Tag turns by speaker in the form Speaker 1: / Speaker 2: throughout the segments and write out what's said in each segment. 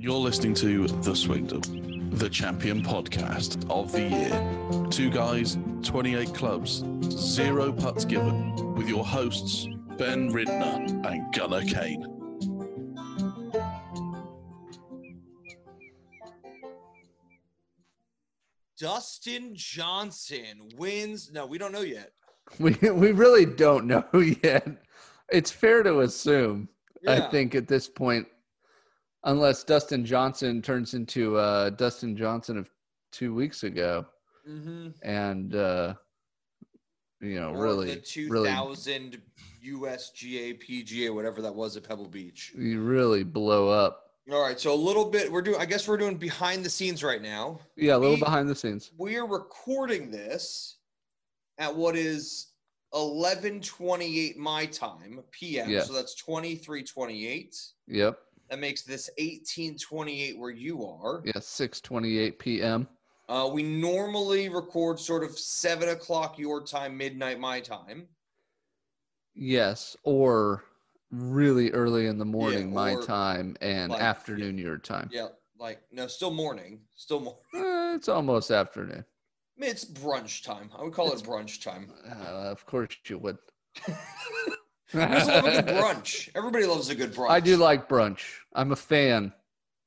Speaker 1: You're listening to The Swingdom, the champion podcast of the year. Two guys, 28 clubs, zero putts given, with your hosts, Ben Ridner and Gunnar Kane.
Speaker 2: Dustin Johnson wins. No, we don't know yet.
Speaker 3: We we really don't know yet. It's fair to assume, I
Speaker 2: Yeah.
Speaker 3: think, at this point, unless Dustin Johnson turns into uh, Dustin Johnson of two weeks ago,
Speaker 2: Mhm.
Speaker 3: and uh, you know,
Speaker 2: Or
Speaker 3: really,
Speaker 2: the
Speaker 3: really,
Speaker 2: 2000 USGA PGA, whatever that was at Pebble Beach.
Speaker 3: you really blow up.
Speaker 2: All right, so a little bit. We're doing. I guess we're doing behind the scenes right now.
Speaker 3: Yeah, a little
Speaker 2: We-
Speaker 3: behind the scenes.
Speaker 2: We are recording this at what is 11:28 my time p.m.
Speaker 3: Yeah.
Speaker 2: So that's 23:28.
Speaker 3: Yep.
Speaker 2: That makes this 18:28 where you are.
Speaker 3: Yeah, six twenty-eight p.m.
Speaker 2: Uh, we normally record sort of seven o'clock your time, midnight my time.
Speaker 3: Yes, or really early in the morning, my
Speaker 2: or
Speaker 3: time, and
Speaker 2: like-
Speaker 3: afternoon your time.
Speaker 2: Yeah, like no, still morning, still morning.
Speaker 3: Eh, it's almost afternoon.
Speaker 2: I mean, it's brunch time. I would call it brunch time.
Speaker 3: Uh, of course you would.
Speaker 2: I just love a good brunch. Everybody loves a good brunch.
Speaker 3: I do like brunch. I'm a fan.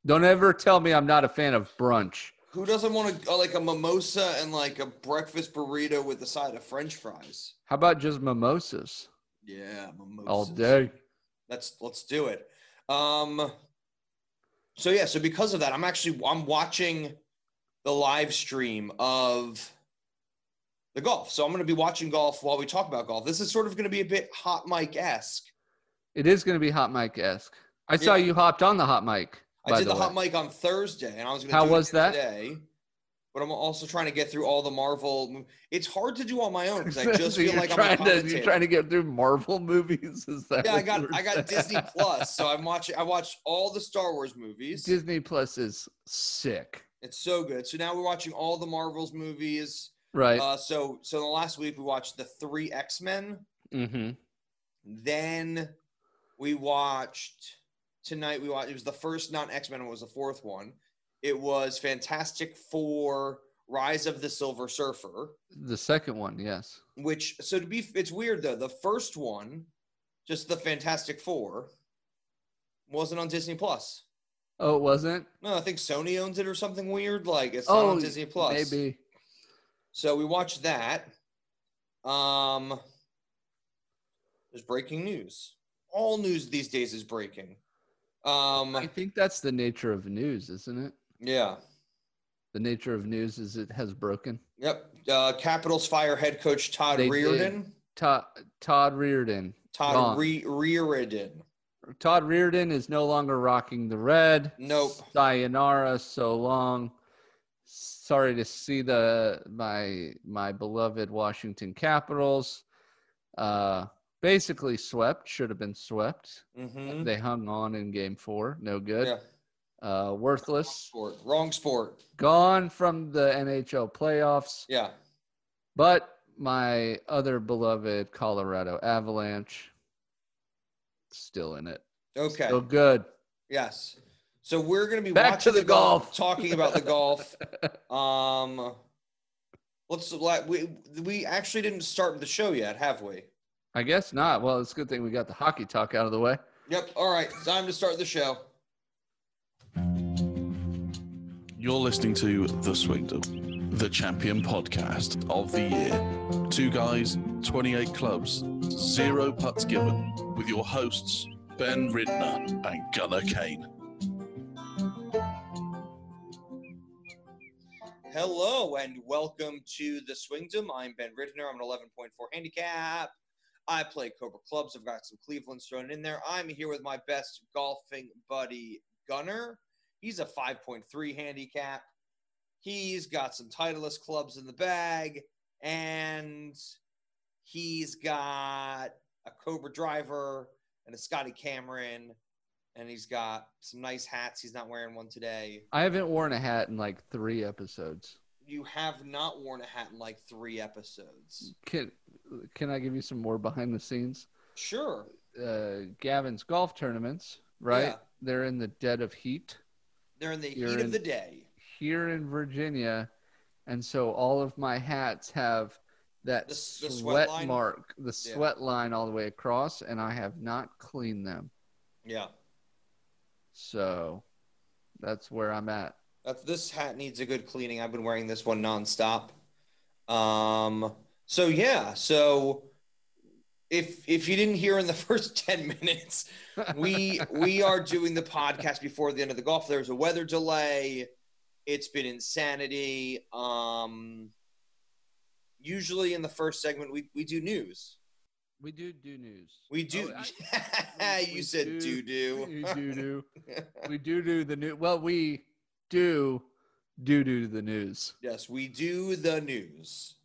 Speaker 3: Don't ever tell me I'm not a fan of brunch.
Speaker 2: Who doesn't want to like a mimosa and like a breakfast burrito with a side of French fries?
Speaker 3: How about just mimosas
Speaker 2: Yeah, mimosa
Speaker 3: all day?
Speaker 2: Let's let's do it. Um. So yeah, so because of that, I'm actually I'm watching the live stream of the golf. So I'm going to be watching golf while we talk about golf. This is sort of going to be a bit hot mic esque.
Speaker 3: It is going to be hot mic esque. I saw
Speaker 2: Yeah.
Speaker 3: you hopped on the hot mic.
Speaker 2: I
Speaker 3: by
Speaker 2: did the,
Speaker 3: way.
Speaker 2: hot mic on Thursday, and I was going to.
Speaker 3: How
Speaker 2: do
Speaker 3: was
Speaker 2: it
Speaker 3: that?
Speaker 2: Today, but I'm also trying to get through all the Marvel. mov- It's hard to do on my own because I just
Speaker 3: So
Speaker 2: feel
Speaker 3: you're
Speaker 2: like I'm a
Speaker 3: trying to,
Speaker 2: commentator.
Speaker 3: you're trying to get through Marvel movies. Is that
Speaker 2: yeah,
Speaker 3: what
Speaker 2: I
Speaker 3: you
Speaker 2: got
Speaker 3: were
Speaker 2: I got
Speaker 3: saying?
Speaker 2: Disney Plus, so I'm watching. I watched all the Star Wars movies.
Speaker 3: Disney Plus is sick,
Speaker 2: It's so good. So now we're watching all the Marvels movies.
Speaker 3: right?
Speaker 2: Uh, so so the last week we watched the three X Men.
Speaker 3: mm-hmm.
Speaker 2: Then we watched tonight. We watched. It was the first non X Men. It was the fourth one. It was Fantastic Four: Rise of the Silver Surfer.
Speaker 3: The second one, yes.
Speaker 2: Which so to be, it's weird though. The first one, just the Fantastic Four, wasn't on Disney Plus.
Speaker 3: Oh, it wasn't.
Speaker 2: No, I think Sony owns it or something weird. Like it's not
Speaker 3: oh,
Speaker 2: on Disney Plus.
Speaker 3: Maybe.
Speaker 2: So we watched that. Um, there's breaking news. All news these days is breaking.
Speaker 3: I
Speaker 2: Um,
Speaker 3: think that's the nature of news, isn't it?
Speaker 2: yeah.
Speaker 3: The nature of news is it has broken.
Speaker 2: Yep. Uh, Capitals fire head coach Todd
Speaker 3: They did.
Speaker 2: Reardon.
Speaker 3: Todd, Todd Reardon.
Speaker 2: Todd
Speaker 3: Wrong.
Speaker 2: Re- Reardon.
Speaker 3: Todd Reardon is no longer rocking the red.
Speaker 2: Nope.
Speaker 3: Sayonara, so long. Sorry to see the my my beloved Washington Capitals. Uh, basically swept. Should have been swept.
Speaker 2: Mm-hmm.
Speaker 3: They hung on in Game Four. No good.
Speaker 2: Yeah.
Speaker 3: Uh, worthless.
Speaker 2: Sport. Wrong sport.
Speaker 3: Gone from the NHL playoffs.
Speaker 2: Yeah.
Speaker 3: But my other beloved Colorado Avalanche still in it.
Speaker 2: Okay.
Speaker 3: Still good.
Speaker 2: Yes. So we're going to be
Speaker 3: Back to
Speaker 2: watching
Speaker 3: the golf.
Speaker 2: talking about the golf. Um, let's like we we actually didn't start the show yet, have we?
Speaker 3: I guess not. Well, it's a good thing we got the hockey talk out of the way.
Speaker 2: Yep. All right. Time to start the show.
Speaker 1: You're listening to The Swingdom, the champion podcast of the year. Two guys, 28 clubs, zero putts given, with your hosts, Ben Ridner and Gunnar Kane.
Speaker 2: Hello and welcome to the Swingdom. I'm Ben Ridner. I'm an 11.4 handicap. I play Cobra clubs. I've got some Cleveland thrown in there. I'm here with my best golfing buddy Gunner. He's a 5.3 handicap. He's got some Titleist clubs in the bag, and he's got a Cobra driver and a Scotty Cameron, and he's got some nice hats. He's not wearing one today.
Speaker 3: I haven't worn a hat in like three episodes.
Speaker 2: you have not worn a hat in like three episodes.
Speaker 3: Can can I give you some more behind the scenes?
Speaker 2: Sure.
Speaker 3: Uh, Gavin's golf tournaments, right?
Speaker 2: Yeah.
Speaker 3: They're in the dead of heat.
Speaker 2: They're in the
Speaker 3: You're
Speaker 2: heat
Speaker 3: in-
Speaker 2: of the day.
Speaker 3: here in Virginia, and so all of my hats have that
Speaker 2: The s- the
Speaker 3: sweat,
Speaker 2: sweat line?
Speaker 3: mark, the sweat line all the way across, and I have not cleaned them.
Speaker 2: Yeah.
Speaker 3: So that's where I'm at.
Speaker 2: That's, this hat needs a good cleaning. I've been wearing this one nonstop. Um, so yeah, so if if you didn't hear in the first 10 minutes, we we are doing the podcast before the end of the golf. There was a weather delay. It's been insanity. Um usually in the first segment we, we do news.
Speaker 3: we do do news.
Speaker 2: We do
Speaker 3: Oh,
Speaker 2: you
Speaker 3: we
Speaker 2: said doo
Speaker 3: do-
Speaker 2: doo.
Speaker 3: we do do. We do do the new. Well, we do do do the news,
Speaker 2: yes, we do the news.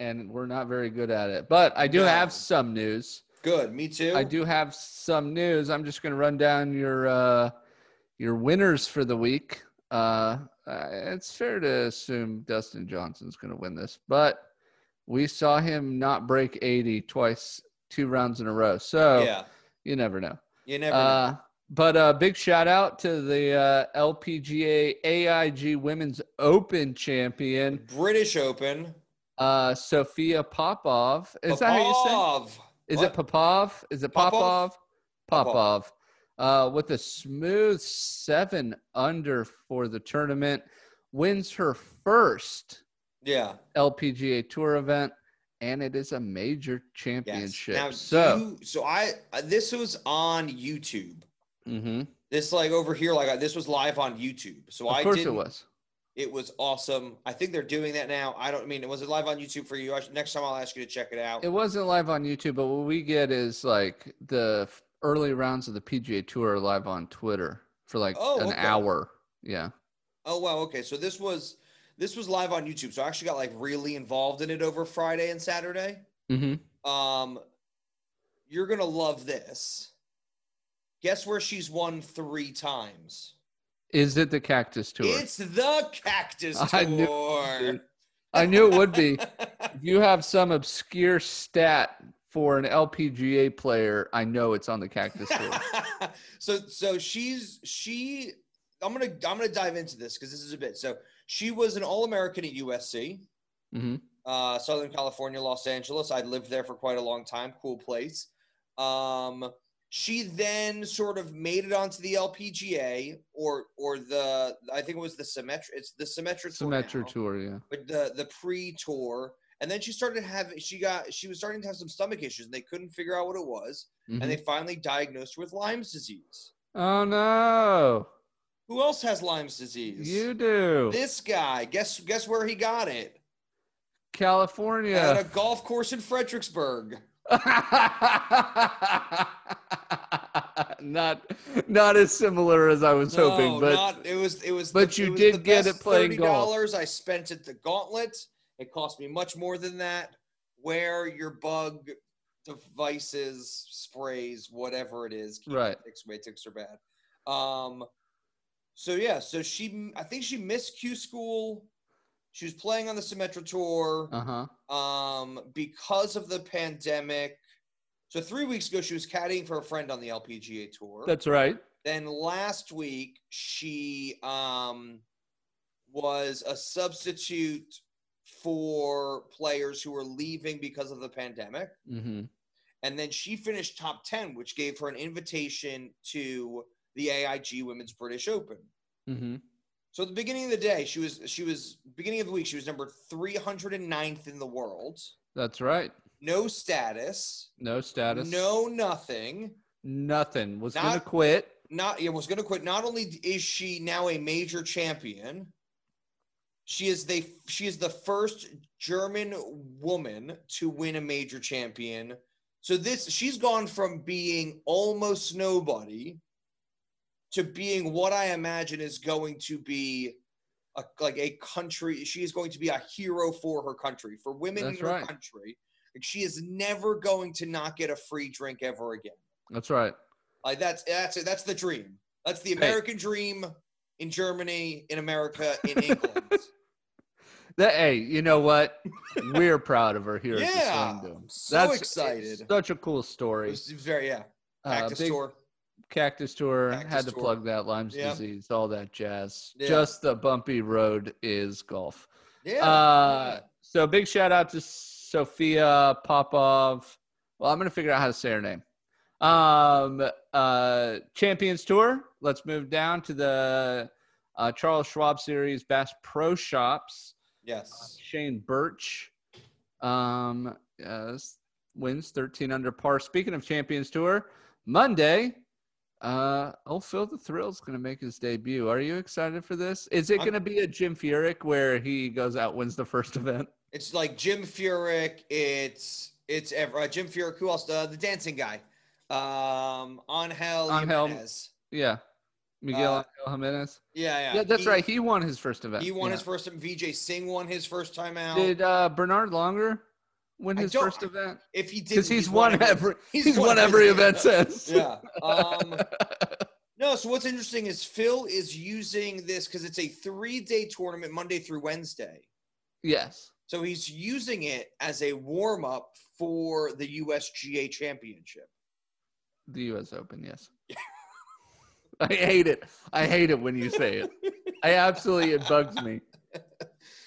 Speaker 3: and we're not very good at it. But I do
Speaker 2: No.
Speaker 3: have some news.
Speaker 2: Good, me too.
Speaker 3: I do have some news. I'm just going to run down your uh, your winners for the week. Uh, uh, it's fair to assume Dustin Johnson's going to win this, but we saw him not break 80 twice, two rounds in a row. So
Speaker 2: Yeah.
Speaker 3: you never know.
Speaker 2: You never know.
Speaker 3: Uh, but uh, big shout out to the uh, LPGA AIG Women's Open champion,
Speaker 2: British Open.
Speaker 3: uh, Sophia Popov. Is that how you say? it?
Speaker 2: Popov.
Speaker 3: Is
Speaker 2: What?
Speaker 3: it Popov? Is it
Speaker 2: Popov?
Speaker 3: Popov? Popov. Uh, with a smooth seven under for the tournament, wins her first
Speaker 2: Yeah.
Speaker 3: LPGA Tour event, and it is a major
Speaker 2: Yes.
Speaker 3: championship.
Speaker 2: Now,
Speaker 3: so,
Speaker 2: you- so I uh, this was on YouTube.
Speaker 3: mhm.
Speaker 2: This like over here, like uh, this was live on YouTube. So I
Speaker 3: of course
Speaker 2: did.
Speaker 3: it was.
Speaker 2: It was awesome. I think they're doing that now. I don't I mean. Was it live on YouTube for you? I should, next time I'll ask you to check it out.
Speaker 3: It wasn't live on YouTube, but what we get is like the f- early rounds of the PGA Tour are live on Twitter for like
Speaker 2: Oh,
Speaker 3: an
Speaker 2: okay.
Speaker 3: hour. Yeah.
Speaker 2: oh wow. Okay. So this was this was live on YouTube. So I actually got like really involved in it over Friday and Saturday.
Speaker 3: hmm
Speaker 2: Um, you're gonna love this. Guess where she's won three times.
Speaker 3: Is it the Cactus Tour?
Speaker 2: It's the Cactus
Speaker 3: I knew it
Speaker 2: Tour.
Speaker 3: dude. I knew it would be. if you have some obscure stat for an LPGA player, I know it's on the Cactus Tour.
Speaker 2: so so she's she I'm going to I'm going to dive into this cuz this is a bit. So she was an All-American at USC,
Speaker 3: hmm
Speaker 2: uh Southern California, Los Angeles. I lived there for quite a long time. Cool place. Um she then sort of made it onto the LPGA or or the I think it was the Symmetra it's the Symmetra Tour.
Speaker 3: Symmetra
Speaker 2: now.
Speaker 3: Tour, yeah.
Speaker 2: but the the pre tour, and then she started having she got she was starting to have some stomach issues, and they couldn't figure out what it was, and
Speaker 3: Mhm.
Speaker 2: they finally diagnosed her with Lyme's disease.
Speaker 3: oh no,
Speaker 2: Who else has Lyme's disease?
Speaker 3: you do.
Speaker 2: This guy. Guess guess where he got it? At
Speaker 3: California.
Speaker 2: a golf course in Fredericksburg.
Speaker 3: not not as similar as I was hoping,
Speaker 2: No,
Speaker 3: but
Speaker 2: not- it was it was.
Speaker 3: but you
Speaker 2: was
Speaker 3: did get
Speaker 2: best
Speaker 3: it playing golf.
Speaker 2: $30 I spent at the Gauntlet. It cost me much more than that. Wear your bug devices, sprays, whatever it is. Keep
Speaker 3: Right.
Speaker 2: Ticks away. Ticks are bad. Um. So yeah. So she. I think she missed Q school. She was playing on the Symmetra tour
Speaker 3: uh huh.
Speaker 2: um, because of the pandemic. So three weeks ago, she was caddying for a friend on the LPGA tour.
Speaker 3: That's right.
Speaker 2: Then last week she um, was a substitute for players who were leaving because of the pandemic,
Speaker 3: hmm
Speaker 2: and then she finished top ten, which gave her an invitation to the AIG Women's British Open.
Speaker 3: hmm
Speaker 2: So at the beginning of the day, she was she was beginning of the week she was number 309th in the world,
Speaker 3: That's right.
Speaker 2: no status,
Speaker 3: No status.
Speaker 2: no nothing.
Speaker 3: nothing. Was gonna
Speaker 2: Not-
Speaker 3: quit.
Speaker 2: not yeah, was going to quit. Not only is she now a major champion, she is the she is the first German woman to win a major champion. So this she's gone from being almost nobody to being what I imagine is going to be a, like a country. She is going to be a hero for her country, for women
Speaker 3: That's
Speaker 2: in her
Speaker 3: right.
Speaker 2: country. Like, she is never going to not get a free drink ever again.
Speaker 3: That's right.
Speaker 2: Like that's that's it. That's the dream. That's the
Speaker 3: Hey.
Speaker 2: American dream in Germany, in America, in England.
Speaker 3: That hey, you know what? We're proud of her here
Speaker 2: yeah,
Speaker 3: at the Swingdom.
Speaker 2: I'm so excited.
Speaker 3: Such a cool
Speaker 2: It
Speaker 3: story.
Speaker 2: was very yeah.
Speaker 3: Uh,
Speaker 2: Back to
Speaker 3: big,
Speaker 2: store.
Speaker 3: Cactus Tour had
Speaker 2: Cactus
Speaker 3: to
Speaker 2: Tour.
Speaker 3: plug that Lyme's
Speaker 2: Yeah.
Speaker 3: disease, all that jazz.
Speaker 2: Yeah.
Speaker 3: Just the bumpy road is golf.
Speaker 2: Yeah.
Speaker 3: Uh, so big shout out to Sophia Popov. Well, I'm gonna figure out how to say her name. Um, uh, Champions Tour. Let's move down to the uh, Charles Schwab Series Bass Pro Shops.
Speaker 2: yes.
Speaker 3: Shane Birch um, uh, s- wins 13 under par. Speaking of Champions Tour, Monday, uh, old Phil the Thrill's going to make his debut. Are you excited for this? Is it
Speaker 2: I'm-
Speaker 3: going to be a Jim Furyk where he goes out, wins the first event?
Speaker 2: It's like Jim Furyk. It's it's ever uh, Jim Furyk. Who else? Uh, the dancing guy. Um, Angel
Speaker 3: Angel.
Speaker 2: Jimenez.
Speaker 3: Yeah. Miguel
Speaker 2: Uh,
Speaker 3: Angel Jimenez.
Speaker 2: Yeah, yeah.
Speaker 3: Yeah, that's
Speaker 2: He-
Speaker 3: right. He won his first event.
Speaker 2: He won
Speaker 3: Yeah.
Speaker 2: his first time. VJ Singh won his first time out.
Speaker 3: Did uh, Bernard Longer win
Speaker 2: I
Speaker 3: his
Speaker 2: don't-
Speaker 3: first event?
Speaker 2: if he did,
Speaker 3: Because he's, won every he's, won, every event since.
Speaker 2: Yeah. Um, no. So what's interesting is Phil is using this because it's a three-day tournament, Monday through Wednesday.
Speaker 3: yes.
Speaker 2: So he's using it as a warm-up for the USGA Championship.
Speaker 3: The U.S. Open, yes. I hate it. I hate it when you say it. I absolutely it bugs me.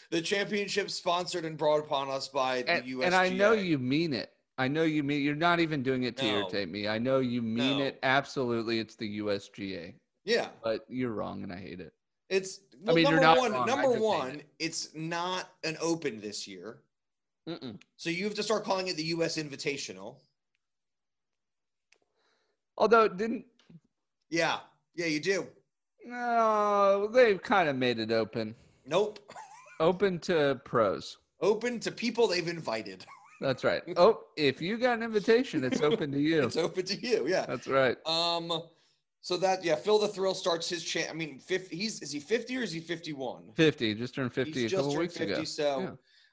Speaker 2: The championship sponsored and brought upon us by the
Speaker 3: And,
Speaker 2: USGA.
Speaker 3: and I know you mean it. I know you mean you're not even doing it to
Speaker 2: No.
Speaker 3: irritate me. I know you mean
Speaker 2: No.
Speaker 3: it. Absolutely, it's the USGA,
Speaker 2: Yeah.
Speaker 3: but you're wrong, and I hate it.
Speaker 2: It's. Well,
Speaker 3: mean, you're
Speaker 2: number
Speaker 3: not
Speaker 2: one.
Speaker 3: wrong, I
Speaker 2: Number
Speaker 3: just hate
Speaker 2: one. It's not an open this year. So you have to start calling it the U.S. Invitational.
Speaker 3: Although it didn't.
Speaker 2: Yeah, yeah, you do.
Speaker 3: No, oh, they've kind of made it open,
Speaker 2: Nope.
Speaker 3: open to pros.
Speaker 2: Open to people they've invited.
Speaker 3: That's right. Oh, if you got an invitation, it's open to you.
Speaker 2: It's open to you. Yeah.
Speaker 3: That's right.
Speaker 2: Um. So that yeah, Phil the Thrill starts his chant. I mean, 50, he's is he fifty or is he fifty one?
Speaker 3: Fifty just turned fifty
Speaker 2: He's
Speaker 3: a
Speaker 2: just
Speaker 3: couple
Speaker 2: turned
Speaker 3: weeks
Speaker 2: fifty.
Speaker 3: ago.
Speaker 2: So
Speaker 3: Yeah.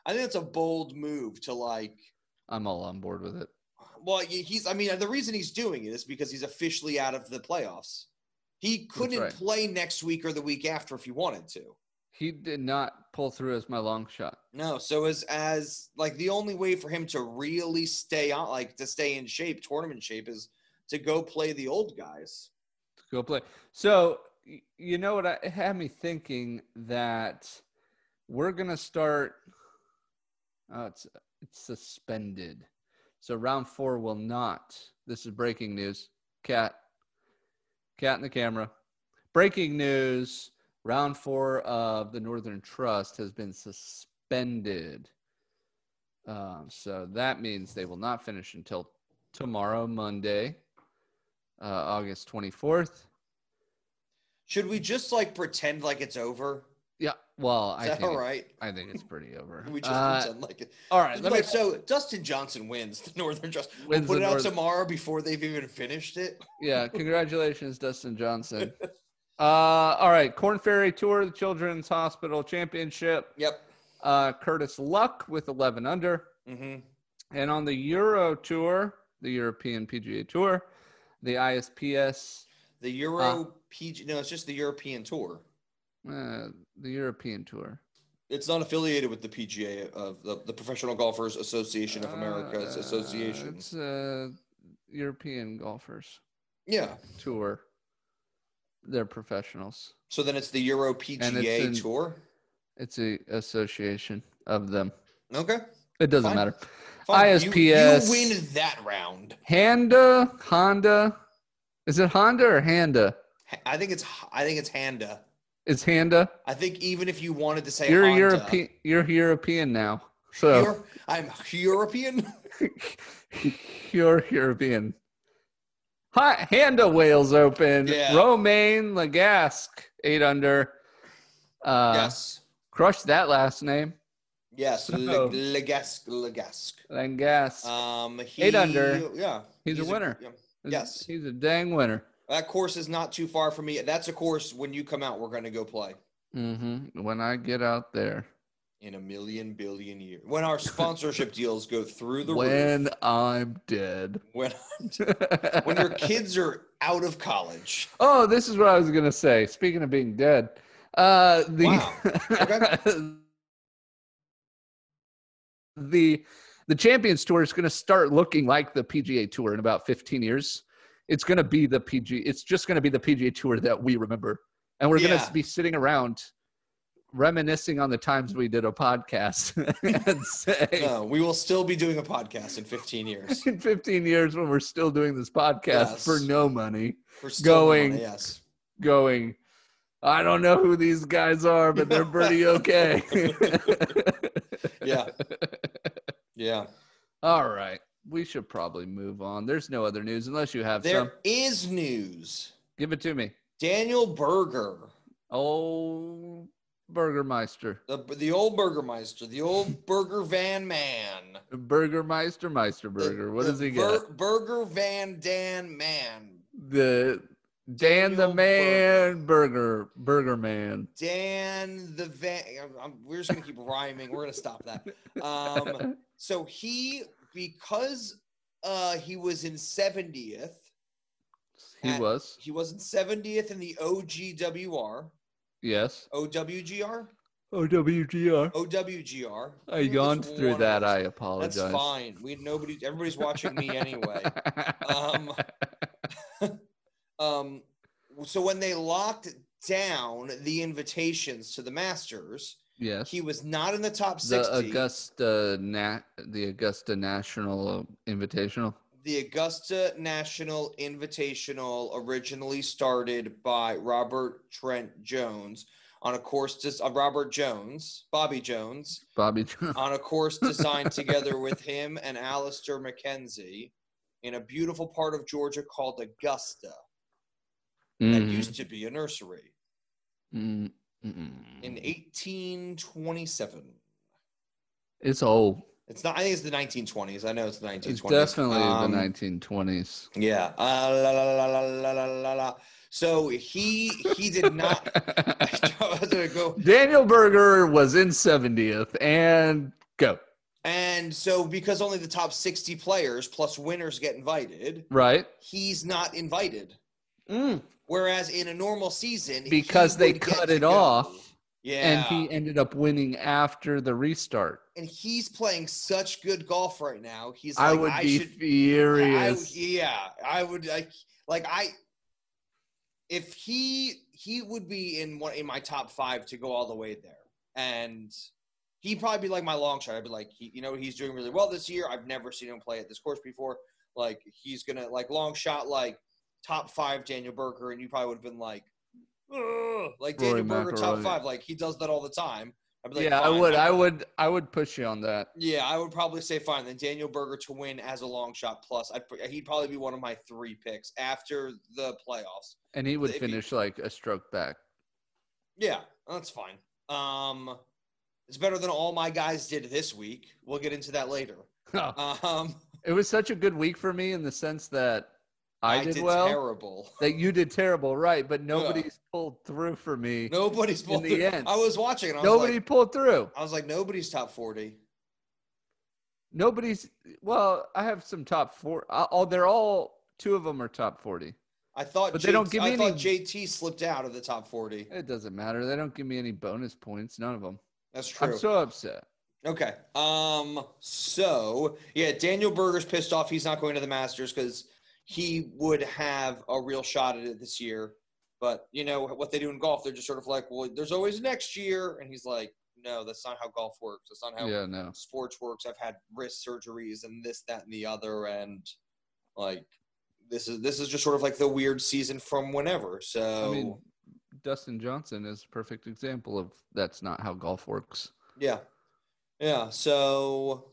Speaker 2: I think that's a bold move to like.
Speaker 3: I'm all on board with it.
Speaker 2: Well, he- he's. I mean, the reason he's doing it is because he's officially out of the playoffs. He couldn't
Speaker 3: right.
Speaker 2: play next week or the week after if he wanted to.
Speaker 3: He did not pull through as my long shot.
Speaker 2: No, so as as like the only way for him to really stay on, like to stay in shape, tournament shape, is to go play the old guys.
Speaker 3: to Go play. So y- you know what? I, it had me thinking that we're gonna start. Oh, it's it's suspended. So round four will not. This is breaking news. Cat, cat in the camera. Breaking news. Round four of the Northern Trust has been suspended. Um, so that means they will not finish until tomorrow, Monday, uh, August 24th.
Speaker 2: Should we just like pretend like it's over?
Speaker 3: Yeah. Well,
Speaker 2: Is
Speaker 3: I
Speaker 2: that
Speaker 3: think,
Speaker 2: all
Speaker 3: it-
Speaker 2: right?
Speaker 3: I think it's pretty over.
Speaker 2: We just
Speaker 3: Uh,
Speaker 2: pretend like it.
Speaker 3: all right. Let
Speaker 2: Wait,
Speaker 3: me
Speaker 2: so Dustin Johnson wins the Northern Trust.
Speaker 3: wins
Speaker 2: Put
Speaker 3: the
Speaker 2: it out
Speaker 3: North-
Speaker 2: tomorrow before they've even finished it.
Speaker 3: Yeah. Congratulations, Dustin Johnson. Uh, all right. Corn Ferry Tour, the Children's Hospital Championship.
Speaker 2: Yep.
Speaker 3: Uh, Curtis Luck with 11 under.
Speaker 2: Mm-hmm.
Speaker 3: And on the Euro Tour, the European PGA Tour, the ISPS,
Speaker 2: The Euro PG. No, it's just the European Tour.
Speaker 3: uh, the European Tour.
Speaker 2: It's not affiliated with the PGA of the, the Professional Golfers Association of America's
Speaker 3: Uh,
Speaker 2: association.
Speaker 3: It's uh, European golfers
Speaker 2: Yeah.
Speaker 3: tour. They're professionals.
Speaker 2: So then it's the Euro PGA
Speaker 3: in-
Speaker 2: Tour.
Speaker 3: It's a association of them.
Speaker 2: Okay.
Speaker 3: It doesn't
Speaker 2: Fine.
Speaker 3: matter.
Speaker 2: Fine. You-
Speaker 3: ISPS.
Speaker 2: You, win that round.
Speaker 3: Honda, Honda. Is it Honda or Handa?
Speaker 2: H- I think it's I think it's Handa.
Speaker 3: It's Handa.
Speaker 2: I think even if you wanted to say
Speaker 3: You're
Speaker 2: Honda,
Speaker 3: European. You're European now. So
Speaker 2: Euro- I'm European.
Speaker 3: You're European. Hi, Handa Wales Open.
Speaker 2: Yeah.
Speaker 3: Romain Legasque, eight under. Uh,
Speaker 2: yes.
Speaker 3: Crushed that last name.
Speaker 2: Yes.
Speaker 3: so-
Speaker 2: Le- Legasque. Legasque.
Speaker 3: Legasque.
Speaker 2: Um, he,
Speaker 3: Eight under.
Speaker 2: Yeah.
Speaker 3: He's a winner.
Speaker 2: yeah.
Speaker 3: He's-
Speaker 2: yes.
Speaker 3: He's a dang winner.
Speaker 2: That course is not too far from me. That's a course when you come out, we're going to go play
Speaker 3: hmm When I get out there,
Speaker 2: in a million billion years. When our sponsorship deals go through the
Speaker 3: when
Speaker 2: roof.
Speaker 3: I'm dead.
Speaker 2: When, when your kids are out of college.
Speaker 3: Oh, this is what I was gonna say. Speaking of being dead, uh, the
Speaker 2: Wow.
Speaker 3: the the Champions Tour is gonna start looking like the PGA Tour in about 15 years. it's going to be the PG. It's just going to be the PGA Tour that we remember, and we're going
Speaker 2: Yeah.
Speaker 3: to be sitting around reminiscing on the times we did a podcast and saying,
Speaker 2: No, we will still be doing a podcast in 15 years.
Speaker 3: in 15 years when we're still doing this podcast for
Speaker 2: Yes.
Speaker 3: no money
Speaker 2: We're still
Speaker 3: Going.
Speaker 2: doing it, yes.
Speaker 3: going i don't know who these guys are but they're pretty okay
Speaker 2: Yeah. Yeah.
Speaker 3: all right we should probably move on there's no other news unless you have some
Speaker 2: There is news.
Speaker 3: give it to me
Speaker 2: Daniel Berger,
Speaker 3: oh burgermeister
Speaker 2: the, the old Burgermeister, the old Burger Van Man.
Speaker 3: burgermeister meister burger what
Speaker 2: The-
Speaker 3: does
Speaker 2: the
Speaker 3: he get
Speaker 2: Bur- Burger Van Dan Man.
Speaker 3: the dan the
Speaker 2: Daniel
Speaker 3: man burger burger man
Speaker 2: Dan the Van. I'm, I'm- we're just gonna keep rhyming. We're gonna stop that. Um, so he, because uh, he was in 70th,
Speaker 3: he
Speaker 2: at-
Speaker 3: was
Speaker 2: he was in 70th in the OGWR,
Speaker 3: yes
Speaker 2: OWGR,
Speaker 3: owgr
Speaker 2: OWGR.
Speaker 3: i
Speaker 2: Ooh, that's
Speaker 3: yawned
Speaker 2: one
Speaker 3: Oh, through
Speaker 2: of
Speaker 3: that
Speaker 2: us.
Speaker 3: i
Speaker 2: That's
Speaker 3: apologize
Speaker 2: fine. We nobody. Everybody's watching me anyway. Um, Um, so when they locked down the invitations to the Masters,
Speaker 3: yes.
Speaker 2: he was not in the top
Speaker 3: the
Speaker 2: 60.
Speaker 3: Augusta Nat, the Augusta National Invitational.
Speaker 2: The Augusta National Invitational originally started by Robert Trent Jones on a course des- uh, Robert Jones, Bobby Jones,
Speaker 3: Bobby Jones.
Speaker 2: on a course designed together with him and Alistair McKenzie in a beautiful part of Georgia called Augusta that
Speaker 3: Mhm.
Speaker 2: used to be a nursery
Speaker 3: Mm, mm.
Speaker 2: in 1827.
Speaker 3: It's old.
Speaker 2: It's not I think it's the 1920s. I know it's the 1920s.
Speaker 3: It's definitely
Speaker 2: Um,
Speaker 3: the 1920s.
Speaker 2: Yeah. Uh, la, la, la, la, la, la, la, la. So he he did not. I was gonna go.
Speaker 3: Daniel Berger was in 70th and go
Speaker 2: And so because only the top 60 players plus winners get invited,
Speaker 3: right
Speaker 2: he's not invited. Whereas in a normal season, Mm, he
Speaker 3: because they
Speaker 2: would get
Speaker 3: cut
Speaker 2: to
Speaker 3: it
Speaker 2: go.
Speaker 3: off
Speaker 2: Yeah.
Speaker 3: and he ended up winning after the restart.
Speaker 2: and he's playing such good golf right now. He's
Speaker 3: I
Speaker 2: like,
Speaker 3: would be
Speaker 2: should, I,
Speaker 3: furious.
Speaker 2: yeah, I would like like I if he he would be in one in my top five to go all the way there, and he'd probably be like my long shot. I'd be like, he, you know, he's doing really well this year. I've never seen him play at this course before. Like he's gonna like long shot like top five Daniel Berger, and you probably would have been like, "Ugh," like
Speaker 3: Rory
Speaker 2: Daniel Berger top
Speaker 3: McIlroy.
Speaker 2: five. Like he does that all the time. I'd be like,
Speaker 3: yeah, I
Speaker 2: "Fine,
Speaker 3: would.
Speaker 2: I'll
Speaker 3: I would. I would push you on that.
Speaker 2: yeah, I would probably say fine. Then Daniel Berger to win as a long shot plus. I'd, put- he'd probably be one of my three picks after the playoffs.
Speaker 3: And he would
Speaker 2: If he-
Speaker 3: finish like a stroke back.
Speaker 2: Yeah, that's fine. Um, it's better than all my guys did this week. We'll get into that later. Um,
Speaker 3: It was such a good week for me in the sense that I, did, well,
Speaker 2: terrible.
Speaker 3: that you did terrible, right? But nobody's pulled through for me.
Speaker 2: Nobody's
Speaker 3: In the end.
Speaker 2: I was watching. And I was
Speaker 3: Nobody
Speaker 2: Like,
Speaker 3: pulled through.
Speaker 2: I was like, nobody's top forty.
Speaker 3: Nobody's. Well, I have some top four. I- Oh, they're all. Two of them are top forty.
Speaker 2: I thought,
Speaker 3: But they don't give
Speaker 2: I
Speaker 3: me
Speaker 2: thought
Speaker 3: any-
Speaker 2: JT slipped out of the top forty.
Speaker 3: It doesn't matter. They don't give me any bonus points. None of them.
Speaker 2: That's true.
Speaker 3: I'm so upset.
Speaker 2: Okay. Um. So yeah, Daniel Berger's pissed off. He's not going to the Masters because he would have a real shot at it this year. But you know what they do in golf? They're just sort of like, well, there's always next year, and he's like, no, that's not how golf works. That's not how
Speaker 3: Yeah, no.
Speaker 2: sports works. I've had wrist surgeries and this, that, and the other, and like this is this is just sort of like the weird season from whenever. So
Speaker 3: I mean, Dustin Johnson is a perfect example of that's not how golf works.
Speaker 2: Yeah. Yeah. So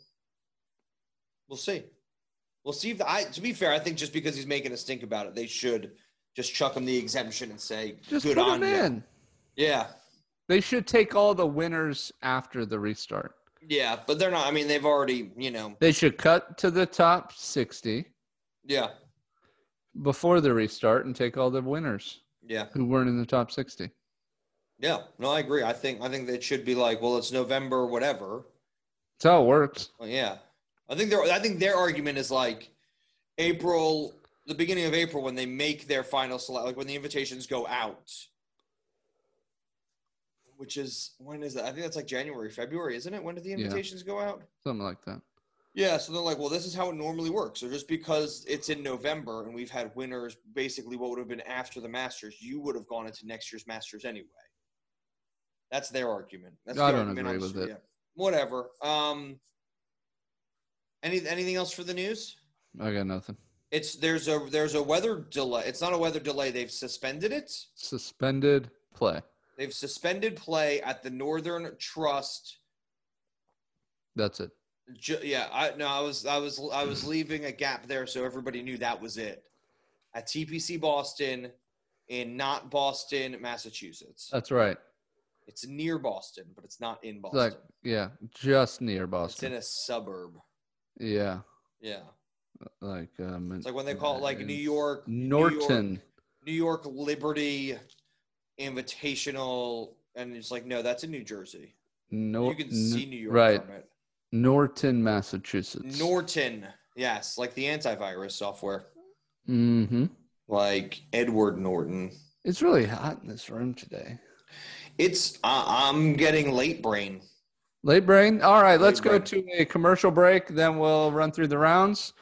Speaker 2: we'll see. We'll see if I to be fair, I think just because he's making a stink about it, they should just chuck him the exemption and say
Speaker 3: Just
Speaker 2: good
Speaker 3: put
Speaker 2: on
Speaker 3: him
Speaker 2: you.
Speaker 3: in.
Speaker 2: Yeah.
Speaker 3: They should take all the winners after the restart.
Speaker 2: Yeah. But they're not I mean, they've already, you know,
Speaker 3: They should cut to the top 60
Speaker 2: yeah.
Speaker 3: before the restart and take all the winners
Speaker 2: Yeah.
Speaker 3: who weren't in the top 60.
Speaker 2: Yeah. No, I agree. I think I think they should be like, well, it's November or whatever.
Speaker 3: That's how it works.
Speaker 2: Well, yeah. I think their I think their argument is like April the beginning of April when they make their final select like when the invitations go out. Which is when is that? I think that's like January, February, isn't it? When do the
Speaker 3: Yeah.
Speaker 2: invitations go out?
Speaker 3: Something like that.
Speaker 2: Yeah, so they're like, well, this is how it normally works. So just because it's in November and we've had winners, basically what would have been after the Masters, you would have gone into next year's Masters anyway. That's their argument. That's
Speaker 3: I
Speaker 2: the
Speaker 3: don't
Speaker 2: argument
Speaker 3: agree
Speaker 2: I'm
Speaker 3: with
Speaker 2: sure-
Speaker 3: it.
Speaker 2: yeah. Whatever. Um, any anything else for the news?
Speaker 3: I got nothing.
Speaker 2: It's there's a there's a weather delay. It's not a weather delay. They've suspended it.
Speaker 3: Suspended play.
Speaker 2: They've suspended play at the Northern Trust.
Speaker 3: That's it.
Speaker 2: Ju- yeah, I no, I was I was I was leaving a gap there, so everybody knew that was it. At TPC Boston, in not Boston, Massachusetts.
Speaker 3: That's right.
Speaker 2: It's near Boston, but it's not in
Speaker 3: Uh, It's
Speaker 2: Boston.
Speaker 3: like yeah, just
Speaker 2: It's
Speaker 3: near
Speaker 2: in
Speaker 3: Boston.
Speaker 2: a suburb.
Speaker 3: yeah,
Speaker 2: Yeah,
Speaker 3: like um.
Speaker 2: it's like when they call it like New
Speaker 3: in
Speaker 2: York,
Speaker 3: Norton.
Speaker 2: New York Liberty Invitational, and it's like no, that's in New Jersey.
Speaker 3: Nor-
Speaker 2: you can
Speaker 3: N-
Speaker 2: see New York
Speaker 3: right.
Speaker 2: from it.
Speaker 3: Norton, Massachusetts.
Speaker 2: Norton, yes, like the antivirus software,
Speaker 3: mm-hmm.
Speaker 2: like Edward Norton.
Speaker 3: It's really hot in this room today.
Speaker 2: It's I I'm getting late brain.
Speaker 3: Late brain. All right, let's
Speaker 2: Late
Speaker 3: go to a commercial break. Then we'll run through the rounds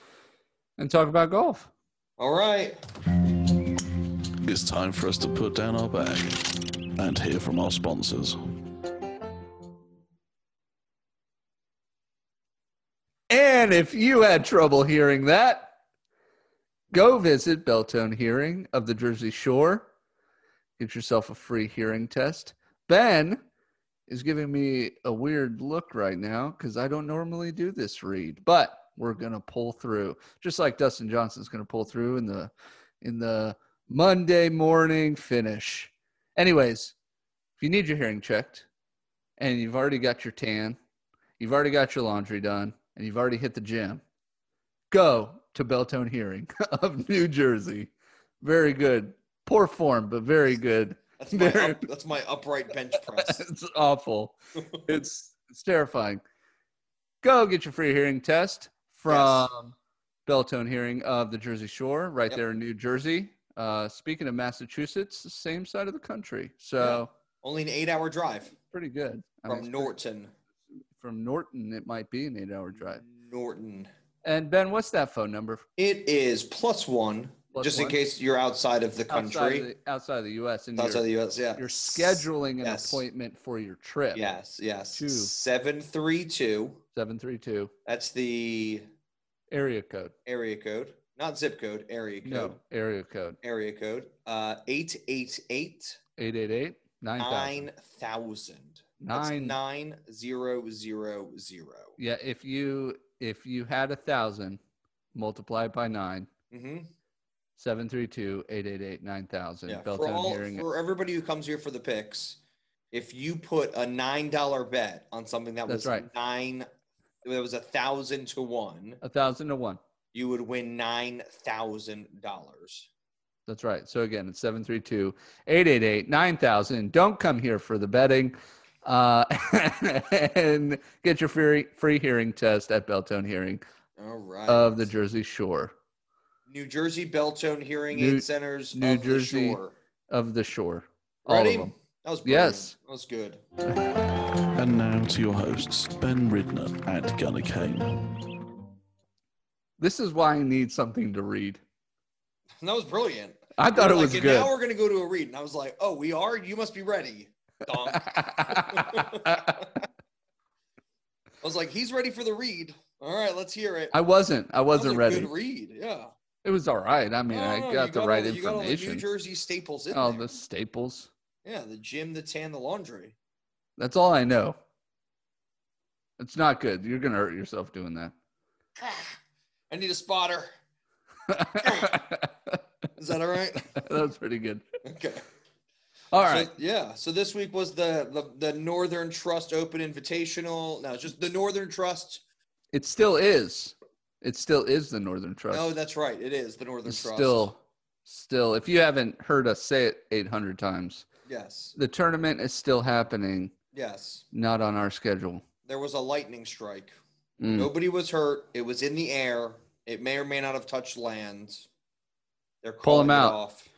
Speaker 3: and talk about golf.
Speaker 2: All right,
Speaker 1: It's time for us to put down our bag and hear from our sponsors.
Speaker 3: And if you had trouble hearing that, go visit Beltone Hearing of the Jersey Shore. Get yourself a free hearing test. Ben is giving me a weird look right now because I don't normally do this read, but we're gonna pull through, just like Dustin Johnson's gonna pull through in the in the Monday morning finish. Anyways, if you need your hearing checked and you've already got your tan, you've already got your laundry done, and you've already hit the gym, go to Beltone Hearing of New Jersey. Very good. Poor form, but very good.
Speaker 2: that's my
Speaker 3: Very-
Speaker 2: up, that's my upright bench press.
Speaker 3: it's awful. It's it's terrifying. Go get your free hearing test from Beltone Hearing of the Jersey Shore, right
Speaker 2: Yep.
Speaker 3: there in New Jersey. Uh, speaking of Massachusetts, the same side of the country, so
Speaker 2: Only an eight-hour drive
Speaker 3: pretty good. I mean,
Speaker 2: from Norton.
Speaker 3: from Norton, it might be an eight-hour drive.
Speaker 2: Mm. Norton.
Speaker 3: And Ben, what's that phone number?
Speaker 2: It is plus one,
Speaker 3: Plus
Speaker 2: just in
Speaker 3: one.
Speaker 2: case you're outside of the country,
Speaker 3: Outside of the, outside of the U.S. and
Speaker 2: outside
Speaker 3: you're,
Speaker 2: of the U.S. Yeah,
Speaker 3: you're scheduling an
Speaker 2: Yes.
Speaker 3: appointment for your trip.
Speaker 2: Yes, yes.
Speaker 3: Two.
Speaker 2: Seven three two.
Speaker 3: seven three two
Speaker 2: That's the
Speaker 3: area code.
Speaker 2: area code, not zip code. Area code.
Speaker 3: No area code
Speaker 2: Area code. Uh, eight eight eight
Speaker 3: 888
Speaker 2: nine thousand.
Speaker 3: Nine.
Speaker 2: nine zero zero zero.
Speaker 3: Yeah, if you if you had a thousand, multiply it by nine.
Speaker 2: Mm-hmm.
Speaker 3: 732 888 9000.
Speaker 2: Yeah. For
Speaker 3: Beltone
Speaker 2: all
Speaker 3: hearing.
Speaker 2: for everybody who comes here for the picks, if you put a nine dollar bet on something that
Speaker 3: That's
Speaker 2: was
Speaker 3: right.
Speaker 2: nine, that was a thousand to one,
Speaker 3: A thousand to one.
Speaker 2: you would win nine thousand dollars.
Speaker 3: That's right. So again, it's 732 888 9000. Don't come here for the betting. Uh, and get your free, free hearing test at Beltone Hearing
Speaker 2: All right.
Speaker 3: of the Jersey Shore.
Speaker 2: New Jersey Beltone Hearing
Speaker 3: New-
Speaker 2: Aid Centers
Speaker 3: New
Speaker 2: of the
Speaker 3: Jersey-
Speaker 2: Shore.
Speaker 3: Of the Shore. All
Speaker 2: Ready?
Speaker 3: of them.
Speaker 2: That was brilliant.
Speaker 3: Yes.
Speaker 2: That was good.
Speaker 1: And now to your hosts, Ben Ridner and Gunnar Kane.
Speaker 3: This is why I need something to read.
Speaker 2: That was brilliant.
Speaker 3: I thought it
Speaker 2: Like,
Speaker 3: was
Speaker 2: "And
Speaker 3: good.
Speaker 2: Now we're gonna go to a read, and I was like, "Oh, we are. You must be ready." Donk. I was like, he's ready for the read. All right, let's hear it.
Speaker 3: I wasn't. I
Speaker 2: That was
Speaker 3: wasn't
Speaker 2: a
Speaker 3: ready.
Speaker 2: Good read, yeah.
Speaker 3: It was all right. I mean,
Speaker 2: No,
Speaker 3: I
Speaker 2: no,
Speaker 3: got
Speaker 2: no, you
Speaker 3: the right
Speaker 2: all You got all the New
Speaker 3: information. Oh,
Speaker 2: Jersey staples in
Speaker 3: All
Speaker 2: there.
Speaker 3: the staples.
Speaker 2: Yeah, the gym, the tan, the laundry.
Speaker 3: That's all I know. It's not good. You're gonna hurt yourself doing that.
Speaker 2: I need a spotter. Is that all right?
Speaker 3: that was pretty good.
Speaker 2: Okay.
Speaker 3: All
Speaker 2: So-
Speaker 3: right.
Speaker 2: yeah. So this week was the, the the Northern Trust Open Invitational. No, it's just the Northern Trust.
Speaker 3: it still is. It still is the Northern Trust.
Speaker 2: No, Oh, that's right. It is the Northern
Speaker 3: It's
Speaker 2: Trust.
Speaker 3: still, still. If you haven't heard us say it 800 times,
Speaker 2: Yes.
Speaker 3: the tournament is still happening.
Speaker 2: Yes.
Speaker 3: Not on our schedule.
Speaker 2: There was a lightning strike.
Speaker 3: Mm.
Speaker 2: Nobody was hurt. It was in the air. It may or may not have touched land. They're
Speaker 3: Pull
Speaker 2: calling
Speaker 3: 'em out.
Speaker 2: it off.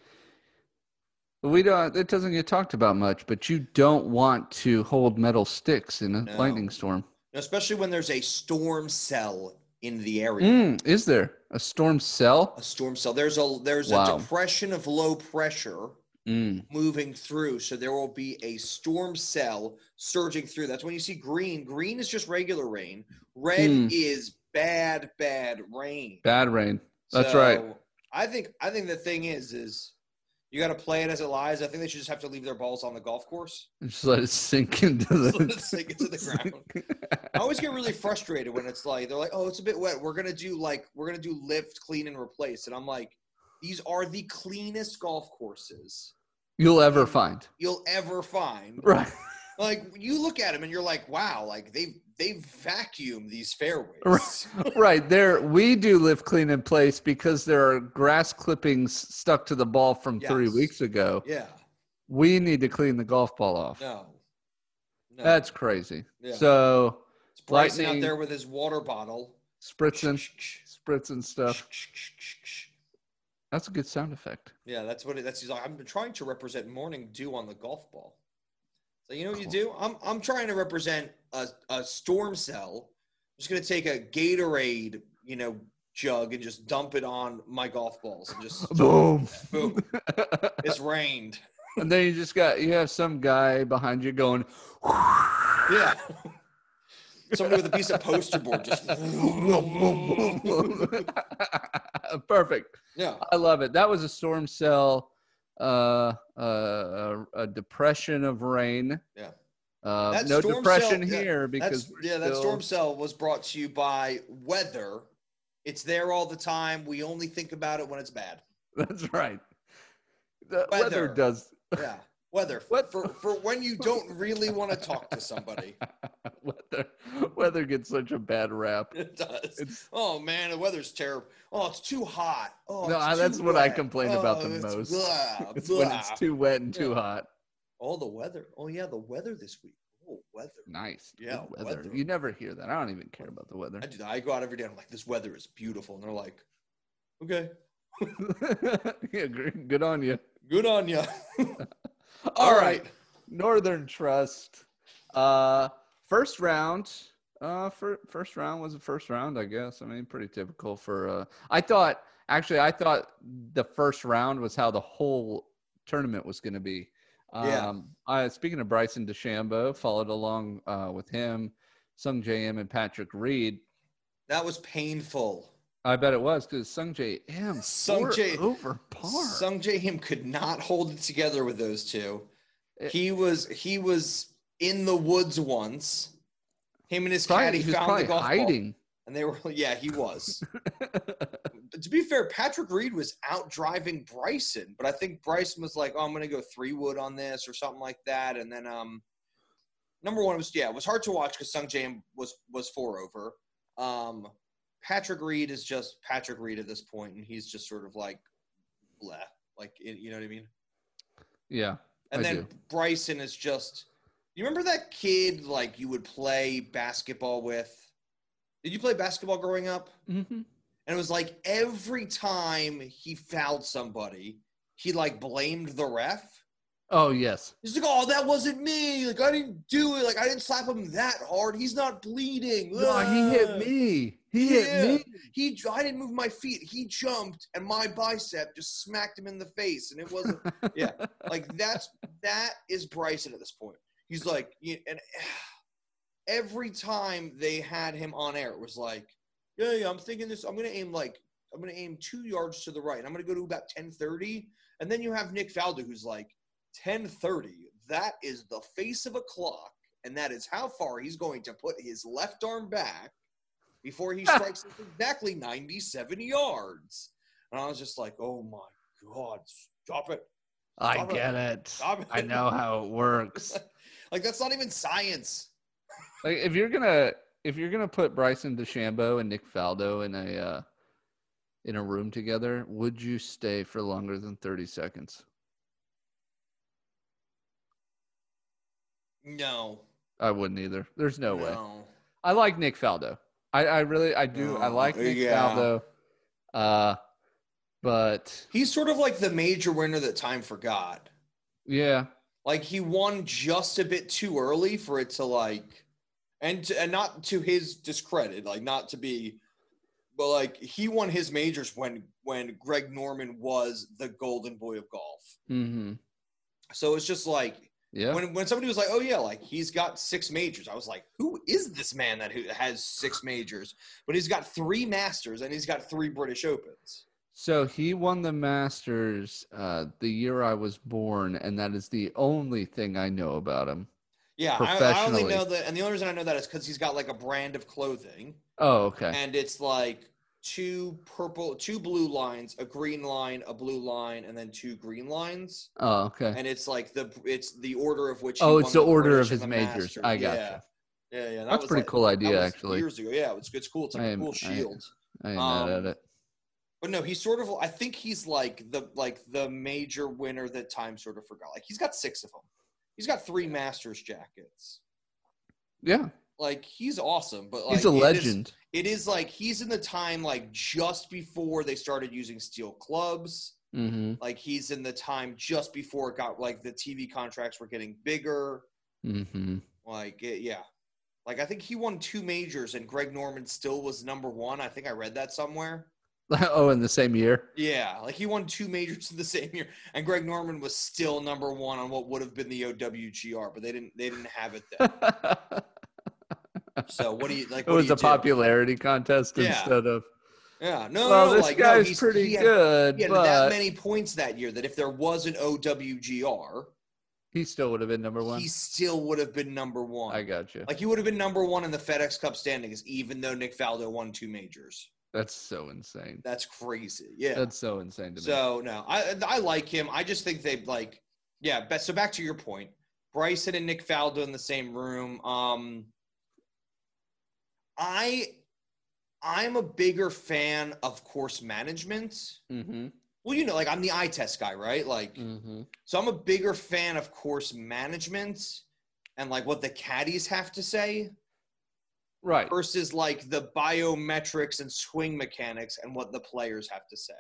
Speaker 3: We don't. It doesn't get talked about much, but you don't want to hold metal sticks in a
Speaker 2: No.
Speaker 3: lightning storm.
Speaker 2: Now, especially when there's a storm cell in the area.
Speaker 3: Mm, is there a storm cell?
Speaker 2: A storm cell. There's a there's
Speaker 3: Wow.
Speaker 2: a depression of low pressure
Speaker 3: Mm,
Speaker 2: moving through, so there will be a storm cell surging through. That's when you see green. Green is just regular rain. Red
Speaker 3: Hmm.
Speaker 2: is bad, bad rain.
Speaker 3: bad rain. That's right.
Speaker 2: So, I think I think the thing is is you got to play it as it lies. I think they should just have to leave their balls on the golf course.
Speaker 3: Just let it sink into the.
Speaker 2: Just let it sink into the I always get really frustrated when it's like they're like, "Oh, it's a bit wet. We're gonna do like we're gonna do lift, clean, and replace." And I'm like, "These are the cleanest golf courses
Speaker 3: You'll ever find.
Speaker 2: you'll ever find."
Speaker 3: Right.
Speaker 2: Like you look at them and you're like, "Wow! Like they they vacuum these fairways."
Speaker 3: Right. Right there, we do live clean in place because there are grass clippings stuck to the ball from three
Speaker 2: Yes.
Speaker 3: weeks ago.
Speaker 2: Yeah.
Speaker 3: We need to clean the golf ball off.
Speaker 2: No. No.
Speaker 3: That's crazy.
Speaker 2: yeah.
Speaker 3: So
Speaker 2: It's Bryson
Speaker 3: lightning-
Speaker 2: out there with his water bottle.
Speaker 3: spritzing, spritzing stuff.
Speaker 2: Yeah,
Speaker 3: That's a good sound effect.
Speaker 2: that's what it, that's. He's like, I'm trying to represent morning dew on the golf ball. So you know what you do? I'm I'm trying to represent a, a storm cell. I'm just gonna take a Gatorade, you know, jug and just dump it on my golf balls and just
Speaker 3: Boom.
Speaker 2: boom. It's rained.
Speaker 3: and then you just got you have some guy behind you going.
Speaker 2: Yeah. Somebody with a piece of poster board just
Speaker 3: Perfect.
Speaker 2: yeah.
Speaker 3: I love it. That was a storm cell, uh, uh, a, a depression of rain.
Speaker 2: Yeah.
Speaker 3: Uh,
Speaker 2: That
Speaker 3: no
Speaker 2: storm
Speaker 3: depression
Speaker 2: cell- yeah,
Speaker 3: here
Speaker 2: That's
Speaker 3: because we're
Speaker 2: yeah. That
Speaker 3: still-
Speaker 2: storm cell was brought to you by weather. It's there all the time. We only think about it when it's bad.
Speaker 3: That's right. The weather,
Speaker 2: Weather.
Speaker 3: does.
Speaker 2: Yeah, weather.
Speaker 3: What-
Speaker 2: for for when you don't really want to talk to somebody?
Speaker 3: Weather, weather gets such a bad rap.
Speaker 2: It does.
Speaker 3: It's-
Speaker 2: oh man, the weather's terrible. Oh, it's too hot. Oh,
Speaker 3: no,
Speaker 2: it's
Speaker 3: I,
Speaker 2: too
Speaker 3: that's what I
Speaker 2: wet.
Speaker 3: complain
Speaker 2: Oh,
Speaker 3: about the
Speaker 2: it's
Speaker 3: most.
Speaker 2: blah,
Speaker 3: it's when it's
Speaker 2: blah.
Speaker 3: too wet and too
Speaker 2: Yeah.
Speaker 3: hot.
Speaker 2: Oh, the weather. Oh yeah, the weather this week. Oh, weather.
Speaker 3: Nice. good
Speaker 2: Yeah,
Speaker 3: weather.
Speaker 2: weather.
Speaker 3: You never hear that. I don't even care about the weather.
Speaker 2: I do. that. I go out every day. I'm like, this weather is beautiful, and they're like, okay,
Speaker 3: yeah, gr- good on you.
Speaker 2: good on you.
Speaker 3: All right. Northern Trust. Uh, first round. Uh, for, first round was the first round, I guess. I mean, pretty typical for. Uh, I thought actually, I thought the first round was how the whole tournament was going to be. Um,
Speaker 2: Yeah.
Speaker 3: I, speaking of Bryson DeChambeau, followed along uh, with him, Sung J M and Patrick Reed.
Speaker 2: That was painful.
Speaker 3: I bet it was because Sung J M
Speaker 2: Sung
Speaker 3: four
Speaker 2: J-
Speaker 3: over par.
Speaker 2: Sung Jae Him could not hold it together with those two.
Speaker 3: It-
Speaker 2: he was he was in the woods once. Him and his
Speaker 3: Probably-
Speaker 2: caddy
Speaker 3: he was
Speaker 2: found the
Speaker 3: probably
Speaker 2: golf ball,
Speaker 3: hiding.
Speaker 2: and they were yeah he was. But to be fair, Patrick Reed was out driving Bryson, but I think Bryson was like, "Oh, I'm gonna go three wood on this or something like that," and then um, number one was yeah, it was hard to watch because Sung Jae Im was was four over. Um, Patrick Reed is just Patrick Reed at this point, and he's just sort of like, bleh, like it, you know what I mean.
Speaker 3: Yeah.
Speaker 2: And
Speaker 3: I
Speaker 2: then
Speaker 3: do.
Speaker 2: Bryson is just. You remember that kid like you would play basketball with? Did you play basketball growing up?
Speaker 3: Mm-hmm.
Speaker 2: And it was like every time he fouled somebody, he like blamed the ref.
Speaker 3: Oh yes.
Speaker 2: He's like, "Oh, that wasn't me. Like I didn't do it. Like I didn't slap him that hard. He's not bleeding."
Speaker 3: No, he
Speaker 2: Ugh."
Speaker 3: hit me. He hit me.
Speaker 2: He, j- I didn't move my feet. He jumped, and my bicep just smacked him in the face, and it wasn't Yeah. like that's that is Bryson at this point. He's like, you- and every time they had him on air, it was like, yeah, yeah, I'm thinking this. I'm gonna aim like I'm gonna aim two yards to the right. I'm gonna go to about 10:30, and then you have Nick Faldo who's like 10:30. That is the face of a clock, and that is how far he's going to put his left arm back before he strikes it exactly 97 yards. And I was just like, oh my god, stop it.
Speaker 3: I
Speaker 2: Stop it.
Speaker 3: get it.
Speaker 2: Stop it.
Speaker 3: I know how it works.
Speaker 2: Like that's not even science.
Speaker 3: like if you're gonna if you're gonna put Bryson DeChambeau and Nick Faldo in a uh, in a room together, would you stay for longer than thirty seconds?
Speaker 2: No.
Speaker 3: I wouldn't either. There's no, way. I like Nick Faldo. I, I really I do. I
Speaker 2: No,
Speaker 3: like Nick
Speaker 2: yeah.
Speaker 3: Faldo. Uh, but
Speaker 2: He's sort of like the major winner that time forgot.
Speaker 3: yeah,
Speaker 2: Like he won just a bit too early for it to like, and to, and not to his discredit, like not to be but like he won his majors when when Greg Norman was the golden boy of golf.
Speaker 3: Mm-hmm.
Speaker 2: So it's just like
Speaker 3: Yeah.
Speaker 2: when when somebody was like, "Oh yeah, like he's got six majors," I was like, "Who is this man that who has six majors?" But he's got three Masters and he's got three British Opens.
Speaker 3: so he won the Masters uh, the year I was born, and that is the only thing I know about him.
Speaker 2: Yeah, I, I only
Speaker 3: Professionally.
Speaker 2: know that, and the only reason I know that is because he's got like a brand of clothing,
Speaker 3: Oh, okay.
Speaker 2: and it's like two purple, two blue lines, a green line, a blue line, and then two green lines.
Speaker 3: Oh, okay.
Speaker 2: and it's like the it's the order of which. he
Speaker 3: Oh,
Speaker 2: won
Speaker 3: it's the order
Speaker 2: British
Speaker 3: of his
Speaker 2: and the
Speaker 3: majors.
Speaker 2: Masters.
Speaker 3: I gotcha.
Speaker 2: Yeah, yeah, yeah. that
Speaker 3: That's
Speaker 2: was
Speaker 3: pretty
Speaker 2: like-
Speaker 3: cool
Speaker 2: that
Speaker 3: idea,
Speaker 2: was
Speaker 3: actually.
Speaker 2: Years ago, yeah, it's it's cool. It's like
Speaker 3: I
Speaker 2: a
Speaker 3: am-
Speaker 2: cool
Speaker 3: I am-
Speaker 2: shield.
Speaker 3: I ain't mad
Speaker 2: um,
Speaker 3: at it.
Speaker 2: But no, he's sort of. I think he's like the like the major winner that time sort of forgot. Like he's got six of them. He's got three Masters jackets.
Speaker 3: Yeah,
Speaker 2: Like he's awesome, but like
Speaker 3: he's a
Speaker 2: it is-
Speaker 3: legend.
Speaker 2: it is like he's in the time like just before they started using steel clubs.
Speaker 3: hmm
Speaker 2: Like he's in the time just before it got like the TV contracts were getting bigger.
Speaker 3: hmm
Speaker 2: Like, it, yeah. Like, I think he won two majors and Greg Norman still was number one. I think I read that somewhere.
Speaker 3: oh, in the same year.
Speaker 2: Yeah. Like, he won two majors in the same year and Greg Norman was still number one on what would have been the OWGR, but they didn't, they didn't have it then.
Speaker 3: it
Speaker 2: so, what do you like? what do
Speaker 3: was
Speaker 2: you
Speaker 3: a
Speaker 2: do?
Speaker 3: popularity contest
Speaker 2: Yeah.
Speaker 3: instead of
Speaker 2: Yeah. No,
Speaker 3: well,
Speaker 2: no,
Speaker 3: this
Speaker 2: like, no,
Speaker 3: guy's
Speaker 2: he's,
Speaker 3: pretty
Speaker 2: he had,
Speaker 3: good,
Speaker 2: He had that
Speaker 3: but
Speaker 2: many points that year that if there was an OWGR,
Speaker 3: he still would have been number one.
Speaker 2: he still would have been number one.
Speaker 3: I got you.
Speaker 2: like, he would have been number one in the FedEx Cup standings, even though Nick Faldo won two majors.
Speaker 3: That's so insane.
Speaker 2: That's crazy. Yeah.
Speaker 3: That's so insane to me.
Speaker 2: So no, I I like him. I just think they like yeah. But so back to your point, Bryson and Nick Faldo in the same room. Um, I I'm a bigger fan of course management.
Speaker 3: hmm
Speaker 2: Well, you know, like I'm the eye test guy, right? Like,
Speaker 3: hmm
Speaker 2: so I'm a bigger fan of course management and like what the caddies have to say
Speaker 3: Right.
Speaker 2: versus like the biometrics and swing mechanics and what the players have to say.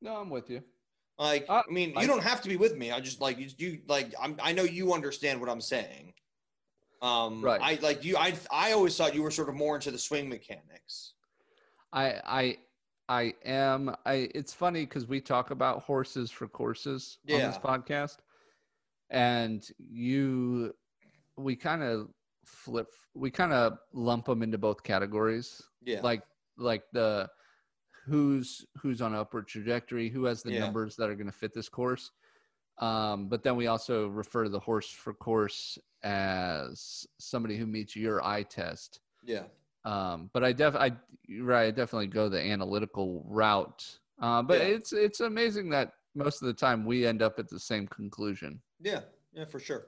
Speaker 3: No, I'm with you.
Speaker 2: Like,
Speaker 3: Uh,
Speaker 2: I mean,
Speaker 3: I-
Speaker 2: you don't have to be with me. I just like you. you like, I'm, I know you understand what I'm saying. Um,
Speaker 3: Right.
Speaker 2: I like you. I I always thought you were sort of more into the swing mechanics.
Speaker 3: I I I am I it's funny because we talk about horses for courses on this
Speaker 2: Yeah.
Speaker 3: podcast. And you we kind of flip we kind of lump them into both categories.
Speaker 2: Yeah.
Speaker 3: Like like the who's who's on an upward trajectory, who has the
Speaker 2: Yeah.
Speaker 3: numbers that are going to fit this course. Um, but then we also refer to the horse for course as somebody who meets your eye test
Speaker 2: yeah.
Speaker 3: um but i def i you're right i definitely go the analytical route uh, but
Speaker 2: Yeah.
Speaker 3: it's it's amazing that most of the time we end up at the same conclusion
Speaker 2: Yeah. Yeah. For sure.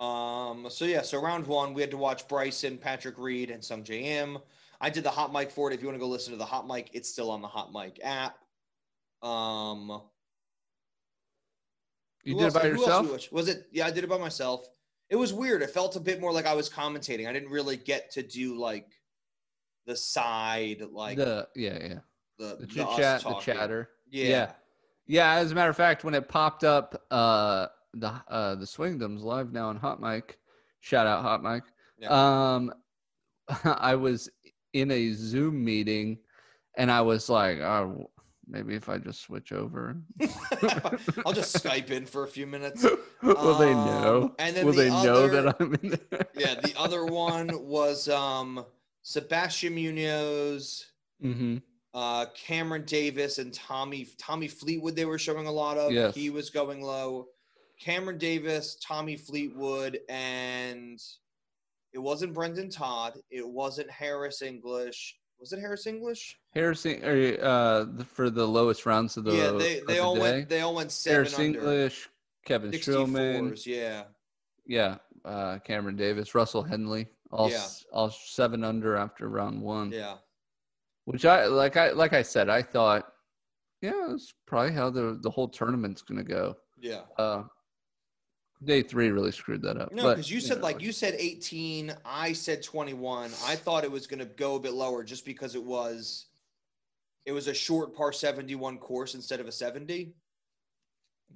Speaker 2: Um, so yeah. So round one, we had to watch Bryson, Patrick Reed, and Sung J M. I did the hot mic for it. If you want to go listen to the hot mic, it's still on the hot mic app. Um,
Speaker 3: you
Speaker 2: Who
Speaker 3: did
Speaker 2: else-
Speaker 3: it by
Speaker 2: who else we
Speaker 3: yourself
Speaker 2: watched? Was it? Yeah, I did it by myself. It was weird. It felt a bit more like I was commentating. I didn't really get to do like the side, like the
Speaker 3: the yeah yeah
Speaker 2: the,
Speaker 3: the chit
Speaker 2: us
Speaker 3: chat the
Speaker 2: talking.
Speaker 3: chatter
Speaker 2: Yeah.
Speaker 3: yeah. yeah as a matter of fact when it popped up uh the uh the swingdoms live now on hot mic shout out hot mic um i was in a zoom meeting and i was like oh maybe if i just switch over
Speaker 2: I'll just Skype in for a few minutes.
Speaker 3: Will they
Speaker 2: Um,
Speaker 3: know?
Speaker 2: and then
Speaker 3: Will
Speaker 2: the
Speaker 3: they know
Speaker 2: other-
Speaker 3: that I'm in there?
Speaker 2: Yeah. The other one was um Sebastian Munoz,
Speaker 3: hmm
Speaker 2: uh, Cameron Davis, and Tommy Tommy Fleetwood. They were showing a lot of.
Speaker 3: Yes.
Speaker 2: He was going low. Cameron Davis, Tommy Fleetwood, and it wasn't Brendan Todd. It wasn't Harris English. Was it Harris English?
Speaker 3: Harrison, or, uh, the- for the lowest rounds of the
Speaker 2: yeah, they,
Speaker 3: of
Speaker 2: they
Speaker 3: the
Speaker 2: all
Speaker 3: day.
Speaker 2: went they all went seven
Speaker 3: Harris
Speaker 2: under.
Speaker 3: English, Kevin Strillman,
Speaker 2: 64s, yeah.
Speaker 3: yeah, uh, Cameron Davis, Russell Henley, all
Speaker 2: Yeah.
Speaker 3: s- all seven under after round one.
Speaker 2: Yeah.
Speaker 3: Which I like. I like I said, I thought, yeah, that's probably how the the whole tournament's gonna go.
Speaker 2: Yeah.
Speaker 3: Uh, day three really screwed that up.
Speaker 2: No,
Speaker 3: but,
Speaker 2: because you said
Speaker 3: know,
Speaker 2: like you said 18, I said 21. I thought it was going to go a bit lower just because it was it was a short par 71 course instead of a 70.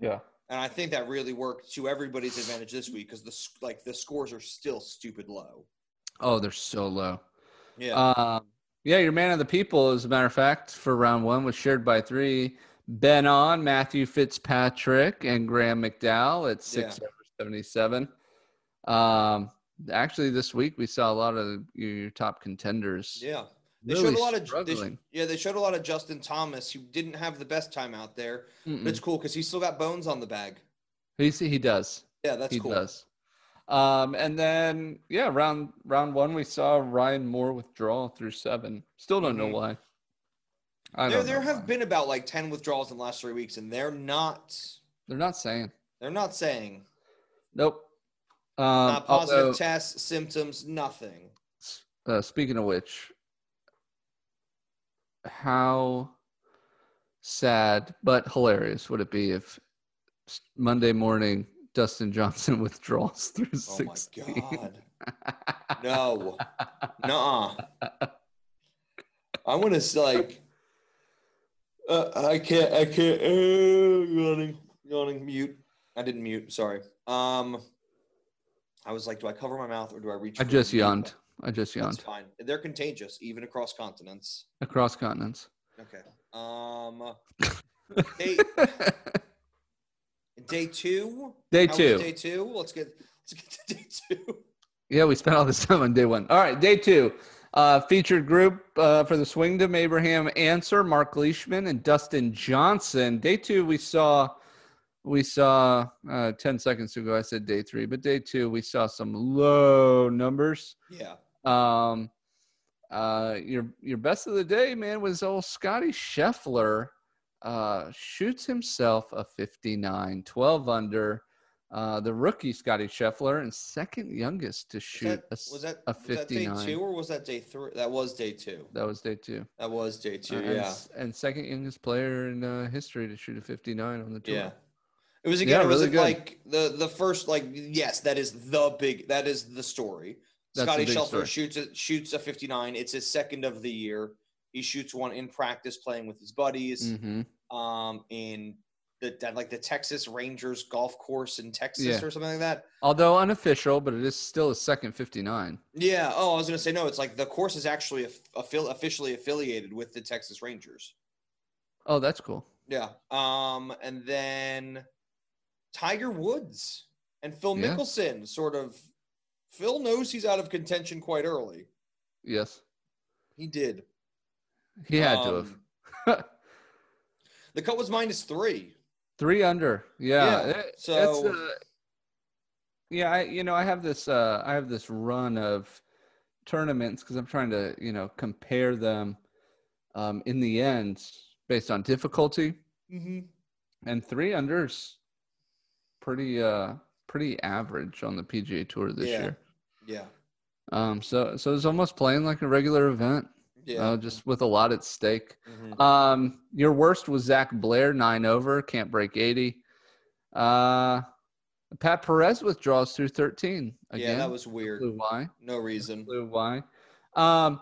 Speaker 3: yeah.
Speaker 2: And I think that really worked to everybody's advantage this week because the s- like the scores are still stupid low.
Speaker 3: Oh, they're so low.
Speaker 2: Yeah.
Speaker 3: Um, yeah, your man of the people, as a matter of fact, for round one was shared by three. Ben on Matthew Fitzpatrick and Graham McDowell at six over seventy-seven. Um, actually, this week we saw a lot of your your top contenders.
Speaker 2: yeah. They
Speaker 3: really
Speaker 2: showed a lot of they sh-
Speaker 3: struggling.
Speaker 2: yeah, they showed a lot of Justin Thomas who didn't have the best time out there. But
Speaker 3: Mm-mm.
Speaker 2: it's cool cuz he's still got bones on the bag.
Speaker 3: He he does.
Speaker 2: Yeah, that's
Speaker 3: he
Speaker 2: cool.
Speaker 3: does. Um, and then yeah, round round one we saw Ryan Moore withdraw through seven. Still don't
Speaker 2: Mhm.
Speaker 3: know why. I
Speaker 2: There
Speaker 3: don't
Speaker 2: there
Speaker 3: know
Speaker 2: have
Speaker 3: why.
Speaker 2: been about like 10 withdrawals in the last 3 weeks and they're not
Speaker 3: They're not saying.
Speaker 2: they're not saying
Speaker 3: Nope. Um,
Speaker 2: not positive
Speaker 3: although,
Speaker 2: tests, symptoms, nothing.
Speaker 3: uh, speaking of which, how sad but hilarious would it be if s- Monday morning Dustin Johnson withdraws through
Speaker 2: Oh
Speaker 3: six?
Speaker 2: my god. No. Nuh-uh. I want to like. Uh, I can't. I can't. Uh, yawning. Yawning. Mute. I didn't mute. Sorry. Um. I was like, do I cover my mouth or do I reach?
Speaker 3: I
Speaker 2: for
Speaker 3: just
Speaker 2: the mute
Speaker 3: yawned.
Speaker 2: button?
Speaker 3: I just
Speaker 2: That's
Speaker 3: yawned
Speaker 2: fine. They're contagious, even across continents.
Speaker 3: across continents.
Speaker 2: Okay. Um. Day, day two.
Speaker 3: Day
Speaker 2: How was
Speaker 3: two.
Speaker 2: Day two. Let's get. Let's get to day two.
Speaker 3: Yeah, we spent all this time on day one. All right, day two. Uh, featured group uh, for the Swingdom, Abraham Answer, Mark Leishman, and Dustin Johnson. Day two, we saw, we saw uh, 10 seconds ago, I said day three, but day two, we saw some low numbers.
Speaker 2: Yeah.
Speaker 3: Um, uh, your, your best of the day, man, was old Scotty Scheffler. Uh, shoots himself a 59, 12 under. Uh, the rookie Scotty Scheffler and second youngest to
Speaker 2: Was
Speaker 3: shoot.
Speaker 2: that,
Speaker 3: a s-
Speaker 2: was that
Speaker 3: a
Speaker 2: was that day
Speaker 3: 59.
Speaker 2: two or was that day three? That was day two.
Speaker 3: That was day two.
Speaker 2: That was day two.
Speaker 3: Uh, and,
Speaker 2: yeah.
Speaker 3: s- and second youngest player in uh, history to shoot a 59 on the tour.
Speaker 2: Yeah. It was
Speaker 3: Yeah,
Speaker 2: again, it was
Speaker 3: really good.
Speaker 2: like the the first like yes, that is the big that is the story.
Speaker 3: That's the
Speaker 2: Scotty
Speaker 3: big
Speaker 2: Scheffler
Speaker 3: story.
Speaker 2: shoots a, shoots a 59. It's his second of the year. He shoots one in practice playing with his buddies
Speaker 3: hmm
Speaker 2: um in the at, like the Texas Rangers golf course in Texas
Speaker 3: Yeah.
Speaker 2: or something like that.
Speaker 3: Although unofficial, but it is still a second 59.
Speaker 2: Yeah, oh, I was going to say no, it's like the course is actually aff- affil- officially affiliated with the Texas Rangers.
Speaker 3: Oh, that's cool.
Speaker 2: Yeah. Um, and then Tiger Woods and Phil
Speaker 3: Yeah.
Speaker 2: Mickelson sort of Phil knows he's out of contention quite early.
Speaker 3: Yes.
Speaker 2: He did.
Speaker 3: He had
Speaker 2: Um,
Speaker 3: to have.
Speaker 2: The cut was minus three.
Speaker 3: Three under. Yeah.
Speaker 2: Yeah,
Speaker 3: it- it's,
Speaker 2: so-
Speaker 3: uh, yeah, I, you know, I have this, uh, I have this run of tournaments cause I'm trying to, you know, compare them, um, in the end based on difficulty.
Speaker 2: Mm-hmm.
Speaker 3: and three unders pretty uh pretty average on the PGA tour this
Speaker 2: Yeah.
Speaker 3: year.
Speaker 2: Yeah.
Speaker 3: Um so so it's almost playing like a regular event.
Speaker 2: Yeah.
Speaker 3: Uh, just with a lot at stake.
Speaker 2: Mhm.
Speaker 3: Um your worst was Zach Blair, nine over, can't break eighty. Uh Pat Perez withdraws through thirteen. Again,
Speaker 2: Yeah, that was weird.
Speaker 3: Clue why.
Speaker 2: No reason.
Speaker 3: Clue why. Um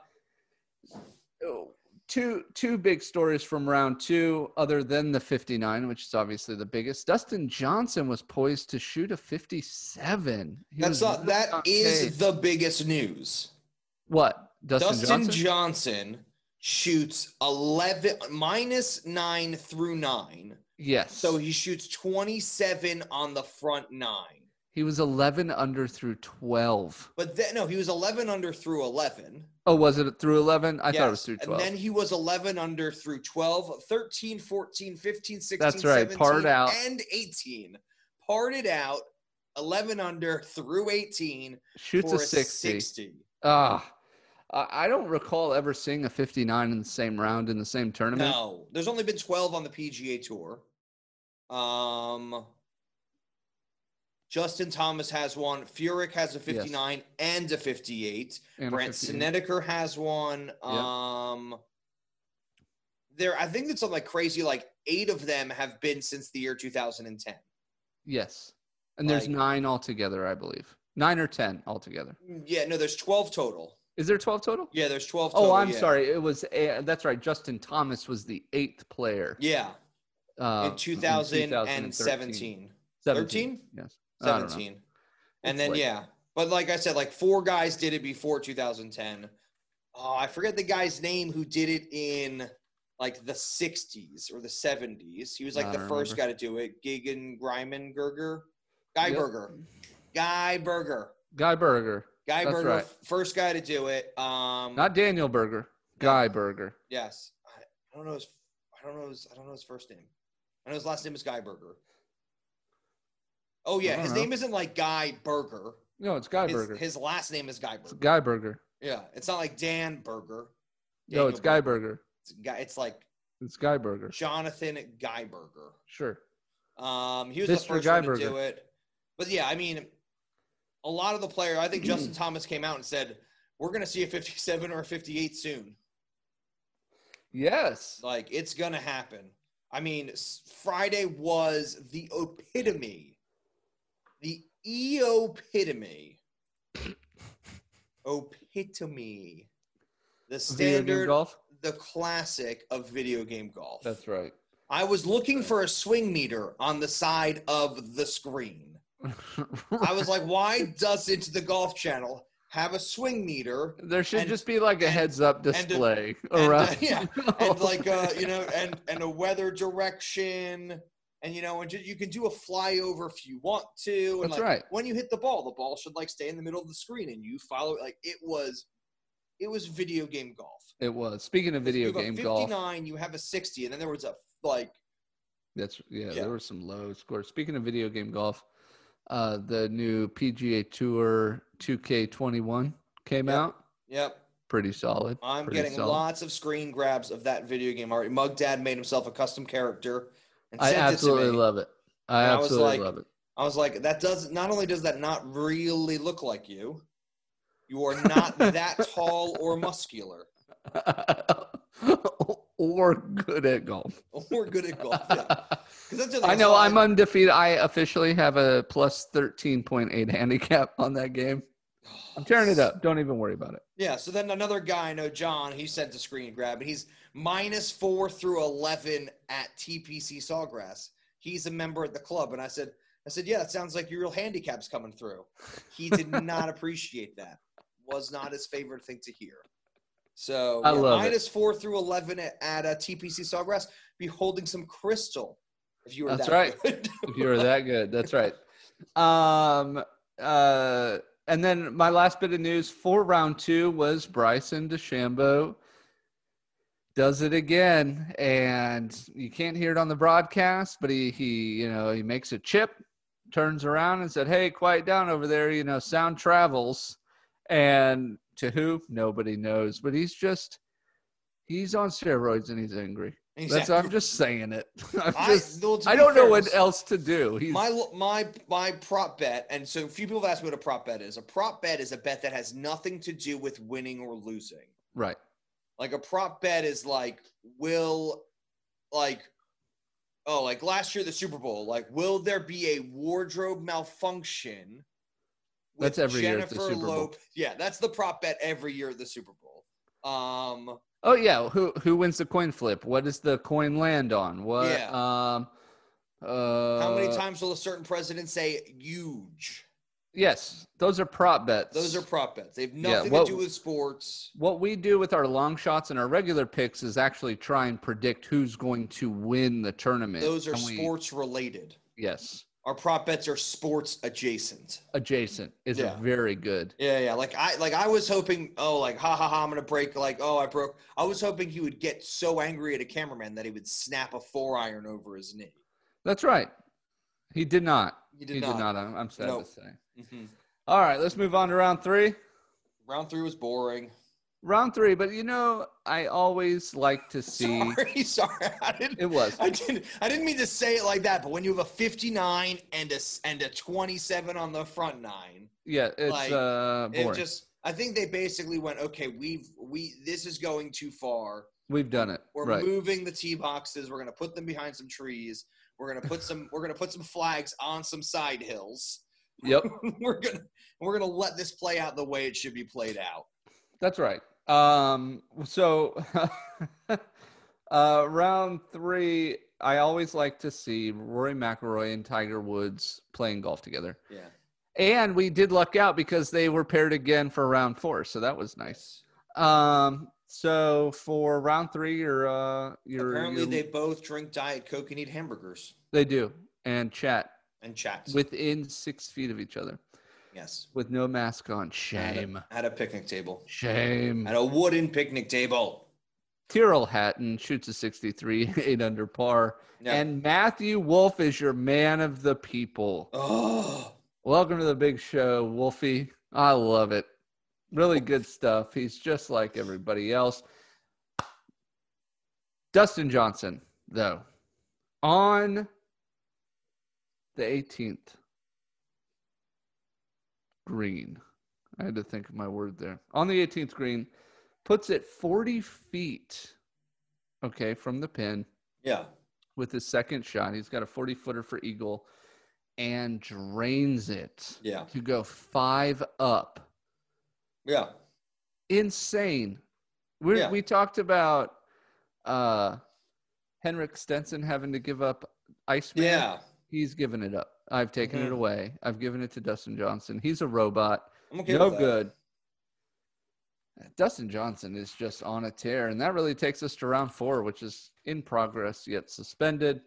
Speaker 3: oh, two two big stories from round two other than the 59 which is obviously the biggest dustin johnson was poised to shoot a 57 He
Speaker 2: That's
Speaker 3: was
Speaker 2: not
Speaker 3: really
Speaker 2: that
Speaker 3: on
Speaker 2: is
Speaker 3: pace.
Speaker 2: the biggest news.
Speaker 3: what dustin,
Speaker 2: Dustin
Speaker 3: johnson
Speaker 2: Johnson shoots 11 minus 9 through 9.
Speaker 3: yes
Speaker 2: So he shoots 27 on the front 9.
Speaker 3: he was 11 under through 12
Speaker 2: But then no, he was 11 under through 11.
Speaker 3: oh was it through 11 i thought it was
Speaker 2: Yes,
Speaker 3: through
Speaker 2: And
Speaker 3: 12
Speaker 2: then he was 11 under through 12, 13, 14, 15, 16,
Speaker 3: That's right,
Speaker 2: 17,
Speaker 3: parred out.
Speaker 2: and 18. Parted out 11 under through 18
Speaker 3: shoots
Speaker 2: for
Speaker 3: a 60
Speaker 2: 60.
Speaker 3: ah I I don't recall ever seeing a 59 in the same round in the same tournament.
Speaker 2: No, there's only been 12 on the PGA Tour. Um Justin Thomas has one, Furyk has a 59 and a 58.
Speaker 3: and a
Speaker 2: Brent
Speaker 3: 58.
Speaker 2: Snedeker has one. Um, there, I think that's something like crazy. Like eight of them have been since the year 2010.
Speaker 3: Yes. And there's
Speaker 2: Like-
Speaker 3: nine altogether, I believe. Nine or 10 altogether.
Speaker 2: Mm, Yeah, no, there's 12 total.
Speaker 3: Is there 12 total?
Speaker 2: Yeah, there's 12 total.
Speaker 3: Oh, I'm
Speaker 2: yeah.
Speaker 3: sorry. It was, a, that's right. Justin Thomas was the eighth player.
Speaker 2: Yeah,
Speaker 3: uh,
Speaker 2: in 2017.
Speaker 3: 17?
Speaker 2: 13?
Speaker 3: Yes. I don't know.
Speaker 2: 17. And
Speaker 3: It's
Speaker 2: then,
Speaker 3: late.
Speaker 2: yeah. But like I said, like four guys did it before 2010. Oh, I forget the guy's name who did it in like the 60s or the 70s. He was like
Speaker 3: I
Speaker 2: the
Speaker 3: don't
Speaker 2: first guy to do it. Gigan Grimen Gerger. Guy
Speaker 3: Yep.
Speaker 2: Burger. Guy Burger.
Speaker 3: Guy Berger,
Speaker 2: Guy
Speaker 3: That's
Speaker 2: Burger.
Speaker 3: right.
Speaker 2: First guy to do it. Um
Speaker 3: not Daniel Berger. Guy Berger.
Speaker 2: yes. I, I don't know his I don't know his I don't know his first name. I know his last name is Guy Burger. Oh
Speaker 3: I
Speaker 2: yeah,
Speaker 3: don't
Speaker 2: his
Speaker 3: know.
Speaker 2: name isn't like Guy Burger.
Speaker 3: No, it's Guy
Speaker 2: His,
Speaker 3: Berger.
Speaker 2: his last name is Guy
Speaker 3: It's
Speaker 2: Burger.
Speaker 3: Guy Berger.
Speaker 2: Yeah, it's not like Dan Burger.
Speaker 3: No,
Speaker 2: Daniel
Speaker 3: it's Guy Berger.
Speaker 2: It's Guy. It's like
Speaker 3: It's Guy Berger.
Speaker 2: Jonathan Guyberger.
Speaker 3: Sure.
Speaker 2: Um, he was the
Speaker 3: Mr.
Speaker 2: first one
Speaker 3: Guyberger.
Speaker 2: to do it. But yeah, I mean, a lot of the player. I think Justin Thomas came out and said, "We're going to see a 57 or a 58 soon.
Speaker 3: Yes.
Speaker 2: Like it's going to happen." I mean, s- Friday was the epitome, the eopitome, epitome, the
Speaker 3: Video game
Speaker 2: standard,
Speaker 3: golf.
Speaker 2: the classic of video game golf.
Speaker 3: That's right.
Speaker 2: I was looking for a swing meter on the side of the screen. I was like, why doesn't the Golf Channel have a swing meter?
Speaker 3: there should
Speaker 2: and-
Speaker 3: just be like a
Speaker 2: and-
Speaker 3: heads up
Speaker 2: and a-
Speaker 3: display
Speaker 2: uh,
Speaker 3: around.
Speaker 2: yeah, And like, uh, you know, and, and a weather direction. And, you know, and ju- you can do a flyover if you want to. And
Speaker 3: That's
Speaker 2: like,
Speaker 3: right.
Speaker 2: when you hit the ball, the ball should like stay in the middle of the screen and you follow it. Like it was, it was video game golf.
Speaker 3: It was. Speaking of
Speaker 2: You
Speaker 3: video
Speaker 2: have a
Speaker 3: game golf,
Speaker 2: 59, you have a 60. And then there was a like,
Speaker 3: that's yeah,
Speaker 2: Yeah.
Speaker 3: There were some low scores. Speaking of video game golf, uh, the new PGA Tour 2K21 came
Speaker 2: Yep.
Speaker 3: out.
Speaker 2: yep,
Speaker 3: Pretty solid.
Speaker 2: I'm
Speaker 3: pretty
Speaker 2: getting
Speaker 3: solid.
Speaker 2: lots of screen grabs of that video game art. Mug Dad made himself a custom character and
Speaker 3: I
Speaker 2: sent it to
Speaker 3: absolutely
Speaker 2: me.
Speaker 3: love it. I
Speaker 2: And I was
Speaker 3: absolutely
Speaker 2: like,
Speaker 3: love it.
Speaker 2: I was like, that does not only does that not really look like you, you are not that tall or muscular
Speaker 3: or good at golf.
Speaker 2: or good at golf. Yeah. 'Cause that's the thing,
Speaker 3: I
Speaker 2: that's
Speaker 3: know
Speaker 2: all
Speaker 3: I'm undefeated. I officially have a plus 13.8 handicap on that game.
Speaker 2: Oh,
Speaker 3: I'm tearing it up. Don't even worry about it.
Speaker 2: Yeah. So then another guy I know, John, he sent a screen grab, and he's minus four through eleven at TPC Sawgrass. He's a member at the club, and I said, I said, yeah, it sounds like your real handicap's coming through. He did not appreciate that. Was not his favorite thing to hear. So
Speaker 3: I love it.
Speaker 2: minus four through eleven at, at uh, TPC Sawgrass. Be holding some crystal if you were
Speaker 3: That's
Speaker 2: that
Speaker 3: right.
Speaker 2: good.
Speaker 3: If you were that good, that's right. Um, uh, and then my last bit of news for round two was Bryson DeChambeau does it again, and you can't hear it on the broadcast, but he he you know he makes a chip, turns around and said, "Hey, quiet down over there." You know, sound travels, and to who nobody knows, but he's just he's on steroids and he's angry. That's I'm just saying it. I'm just,
Speaker 2: well, to
Speaker 3: I
Speaker 2: be
Speaker 3: don't know
Speaker 2: fair,
Speaker 3: what else to do. He's
Speaker 2: my my my prop bet, and so few people have asked me what a prop bet is. A prop bet is a bet that has nothing to do with winning or losing.
Speaker 3: right.
Speaker 2: Like a prop bet is like will, like, oh, like last year the Super Bowl. Like, will there be a wardrobe malfunction?
Speaker 3: That's every year at the Super Bowl.
Speaker 2: Lope- Yeah, that's the prop bet every year at the Super Bowl. Um,
Speaker 3: Oh yeah, who who wins the coin flip? What does the coin land on? What
Speaker 2: Yeah.
Speaker 3: um uh
Speaker 2: how many times will a certain president say huge?
Speaker 3: Yes, those are prop bets.
Speaker 2: Those are prop bets. They have
Speaker 3: Yeah,
Speaker 2: nothing
Speaker 3: what-
Speaker 2: to do with sports.
Speaker 3: what we do with our long shots and our regular picks is actually try and predict who's going to win the tournament.
Speaker 2: Those are
Speaker 3: And we-
Speaker 2: sports related.
Speaker 3: Yes.
Speaker 2: Our prop bets are sports adjacent.
Speaker 3: Adjacent is
Speaker 2: Yeah.
Speaker 3: a very good.
Speaker 2: Yeah, yeah. Like I like I was hoping, oh, like ha ha ha, I'm gonna break like oh I broke I was hoping he would get so angry at a cameraman that he would snap a four iron over his knee.
Speaker 3: That's right. He did not.
Speaker 2: He did
Speaker 3: he
Speaker 2: not.
Speaker 3: did not. I'm, I'm sad
Speaker 2: No.
Speaker 3: to say.
Speaker 2: Mhm.
Speaker 3: All right, let's move on to round three.
Speaker 2: Round three was boring.
Speaker 3: Round three, but you know, I always like to see
Speaker 2: Sorry, sorry. I didn't
Speaker 3: it was.
Speaker 2: I didn't I didn't mean to say it like that, but when you have a fifty nine and a s- and a twenty seven on the front nine,
Speaker 3: Yeah, it's
Speaker 2: Like,
Speaker 3: uh boring.
Speaker 2: it just I think they basically went, Okay, we've we this is going too far.
Speaker 3: We've done it.
Speaker 2: We're
Speaker 3: right.
Speaker 2: moving the tee boxes. We're gonna put them behind some trees. We're gonna put some. We're gonna put some flags on some side hills.
Speaker 3: Yep.
Speaker 2: we're gonna we're gonna let this play out the way it should be played out.
Speaker 3: That's right. Um so uh round 3 I always like to see Rory McIlroy and Tiger Woods playing golf together.
Speaker 2: Yeah.
Speaker 3: And we did luck out because they were paired again for round 4, so that was nice. Um, so for round three, you're uh, you're
Speaker 2: Apparently, they
Speaker 3: you're-
Speaker 2: both drink Diet Coke and eat hamburgers
Speaker 3: they do and chat
Speaker 2: and chat.
Speaker 3: within six feet of each other
Speaker 2: yes.
Speaker 3: with no mask on.
Speaker 2: At a-
Speaker 3: Shame,
Speaker 2: At a picnic table.
Speaker 3: shame.
Speaker 2: At a wooden picnic table.
Speaker 3: Tyrrell Hatton shoots a 63, eight under par,
Speaker 2: Yeah.
Speaker 3: and Matthew Wolf is your man of the people.
Speaker 2: oh,
Speaker 3: Welcome to the big show, Wolfie. I love it. Really good stuff. He's just like everybody else. Dustin Johnson, though, on the 18th, green. I had to think of my word there. On the 18th green, puts it 40 feet, okay, from the pin
Speaker 2: yeah.
Speaker 3: with his second shot. He's got a 40 footer for Eagle and drains it
Speaker 2: Yeah.
Speaker 3: to go five up.
Speaker 2: Yeah.
Speaker 3: Insane. we
Speaker 2: Yeah.
Speaker 3: We talked about uh, Henrik Stenson having to give up Iceman.
Speaker 2: Yeah.
Speaker 3: He's given it up. I've taken
Speaker 2: Mhm.
Speaker 3: it away. I've given it to Dustin Johnson. He's a robot.
Speaker 2: I'm okay
Speaker 3: no
Speaker 2: with that.
Speaker 3: good. Dustin Johnson is just on a tear, and that really takes us to round four, which is in progress yet suspended.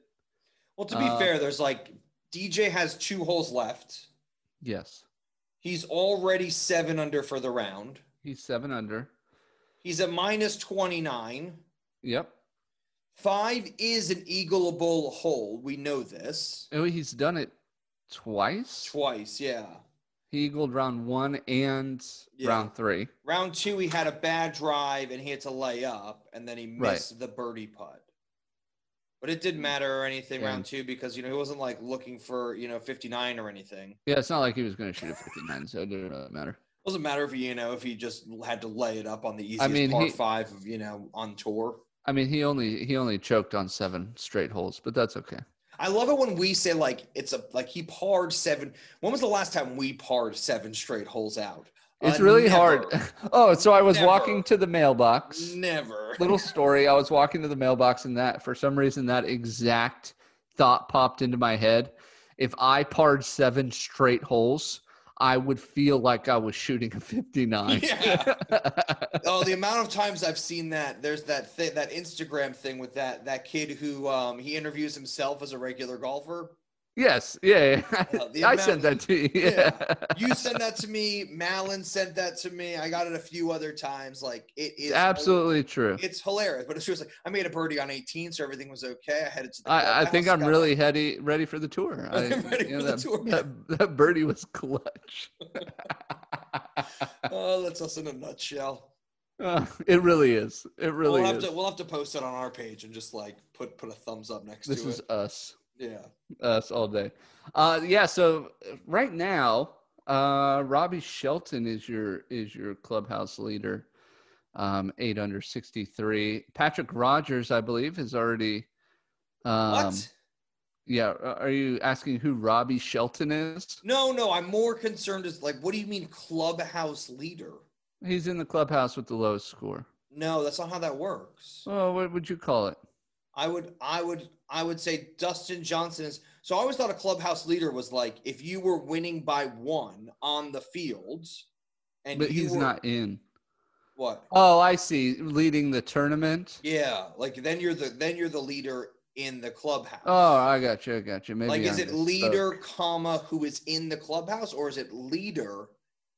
Speaker 2: Well, to be
Speaker 3: Uh,
Speaker 2: fair, there's like DJ has two holes left.
Speaker 3: Yes.
Speaker 2: He's already seven under for the round.
Speaker 3: He's seven under.
Speaker 2: He's at minus 29.
Speaker 3: Yep.
Speaker 2: Five is an eagleable hole. We know this
Speaker 3: Oh, he's done it twice.
Speaker 2: twice. Yeah.
Speaker 3: He eagled round one and
Speaker 2: Yeah.
Speaker 3: round three.
Speaker 2: Round two, he had a bad drive and he had to lay up, and then he
Speaker 3: Right.
Speaker 2: missed the birdie putt. But it didn't matter or anything
Speaker 3: Yeah.
Speaker 2: round two because you know he wasn't like looking for you know 59 or anything.
Speaker 3: Yeah, it's not like he was going to shoot a 59, so it didn't really matter.
Speaker 2: Doesn't matter if you know if he just had to lay it up on the easiest
Speaker 3: mean,
Speaker 2: par
Speaker 3: he-
Speaker 2: five of you know on tour.
Speaker 3: I mean, he only he only choked on seven straight holes, but that's okay.
Speaker 2: I love it when we say like it's a like he parred seven. When was the last time we parred seven straight holes out?
Speaker 3: It's
Speaker 2: Uh,
Speaker 3: really
Speaker 2: never.
Speaker 3: hard. Oh, so I was
Speaker 2: Never.
Speaker 3: walking to the mailbox.
Speaker 2: Never.
Speaker 3: Little story. I was walking to the mailbox, and that for some reason that exact thought popped into my head. If I parred seven straight holes, I would feel like I was shooting a 59. Yeah.
Speaker 2: oh, the amount of times I've seen that. There's that thing, that Instagram thing with that that kid who um he interviews himself as a regular golfer.
Speaker 3: Yes. Yeah. yeah.
Speaker 2: Uh, the
Speaker 3: I
Speaker 2: amount-
Speaker 3: sent that to you.
Speaker 2: Yeah.
Speaker 3: Yeah.
Speaker 2: You sent that to me. Malin sent that to me. I got it a few other times. Like it is
Speaker 3: It's absolutely true.
Speaker 2: It's hilarious, but she was like, "I made a birdie on 18, so everything was okay." I headed to the.
Speaker 3: I, I think
Speaker 2: clubhouse,
Speaker 3: I'm
Speaker 2: got
Speaker 3: really heady, ready for the tour. I,
Speaker 2: Ready
Speaker 3: you know,
Speaker 2: for the
Speaker 3: that,
Speaker 2: tour.
Speaker 3: That, that birdie was clutch.
Speaker 2: my- Oh, that's us in a nutshell.
Speaker 3: Uh, it really is. It really
Speaker 2: we'll have
Speaker 3: is.
Speaker 2: to we'll have to post it on our page and just like put put a thumbs up next
Speaker 3: this
Speaker 2: to
Speaker 3: is
Speaker 2: it.
Speaker 3: us,
Speaker 2: Yeah.
Speaker 3: us all day. Uh, yeah. So uh, right now, uh, Robbie Shelton is your is your clubhouse leader, um, eight under sixty three. Patrick Rogers, I believe, has already. Um,
Speaker 2: what?
Speaker 3: Yeah, a- are you asking who Robbie Shelton is?
Speaker 2: No, no. I'm more concerned is like, what do you mean clubhouse leader?
Speaker 3: He's in the clubhouse with the lowest score.
Speaker 2: No, that's not how that works.
Speaker 3: Oh, what would you call it?
Speaker 2: I would, I would, I would say Dustin Johnson is. So I always thought a clubhouse leader was like if you were winning by one on the field, and
Speaker 3: but
Speaker 2: you
Speaker 3: he's
Speaker 2: were-
Speaker 3: not in.
Speaker 2: What?
Speaker 3: Oh, I see. Leading the tournament.
Speaker 2: Yeah, like then you're the then you're the leader in the clubhouse.
Speaker 3: Oh, I got you. I got you. Maybe
Speaker 2: like is
Speaker 3: I
Speaker 2: it
Speaker 3: misspoke.
Speaker 2: leader, comma who is in the clubhouse, or is it leader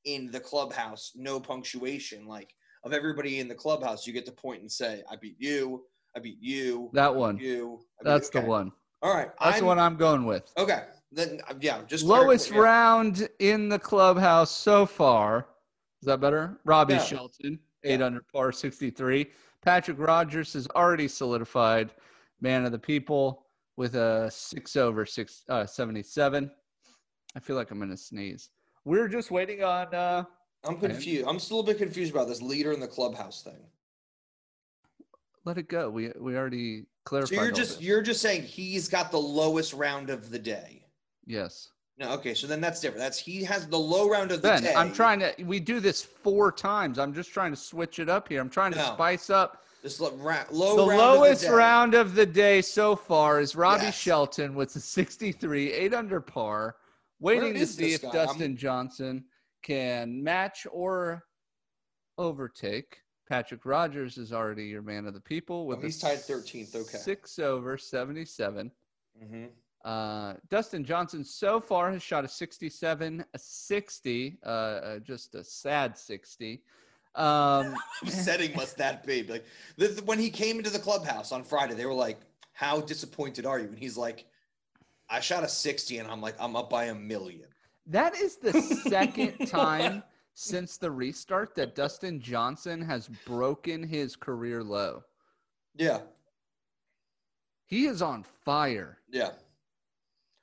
Speaker 2: in the clubhouse? No punctuation. Like of everybody in the clubhouse, you get to point and say, "I beat you. I beat you.
Speaker 3: That
Speaker 2: I
Speaker 3: one.
Speaker 2: beat you." I beat-"
Speaker 3: That's the
Speaker 2: Okay.
Speaker 3: one.
Speaker 2: All right,
Speaker 3: That's
Speaker 2: I'm-
Speaker 3: the one I'm going with.
Speaker 2: Okay. Then uh, yeah, just clarify-
Speaker 3: Lowest
Speaker 2: yeah.
Speaker 3: round in the clubhouse so far. Is that better? Robbie
Speaker 2: Yeah.
Speaker 3: Shelton, eight under par 63. Patrick Rogers is already solidified man of the people with a six over six uh, 77. I feel like I'm gonna sneeze. We're just waiting on. Uh,
Speaker 2: I'm confused. I'm still a bit confused about this leader in the clubhouse thing.
Speaker 3: let it go. We we already clarified.
Speaker 2: So you're
Speaker 3: all
Speaker 2: just
Speaker 3: this.
Speaker 2: you're just saying he's got the lowest round of the day.
Speaker 3: yes.
Speaker 2: No, okay, so then that's different. That's he has the low round of the
Speaker 3: Ben,
Speaker 2: day.
Speaker 3: I'm trying to. We do this four times. I'm just trying to switch it up here. I'm trying to
Speaker 2: No.
Speaker 3: spice up.
Speaker 2: this lo- ra- low
Speaker 3: the
Speaker 2: round of
Speaker 3: lowest
Speaker 2: day.
Speaker 3: round of the day so far is Robbie
Speaker 2: Yes.
Speaker 3: Shelton with a 63, eight under par, waiting to
Speaker 2: is
Speaker 3: see
Speaker 2: this
Speaker 3: if
Speaker 2: guy? I'm-
Speaker 3: Dustin Johnson can match or overtake Patrick Rogers is already your man of the people with
Speaker 2: Oh,
Speaker 3: a
Speaker 2: he's tied 13th, okay.
Speaker 3: six over 77.
Speaker 2: Mm-hmm.
Speaker 3: Uh, Dustin Johnson so far has shot a 67, a 60, uh, uh, just a sad 60. Um,
Speaker 2: upsetting must that be? Like this, when he came into the clubhouse on Friday, they were like, "How disappointed are you?" And he's like, "I shot a 60, and I'm like, I'm up by a million.
Speaker 3: that is the second time since the restart that Dustin Johnson has broken his career low.
Speaker 2: Yeah,
Speaker 3: He is on fire.
Speaker 2: yeah.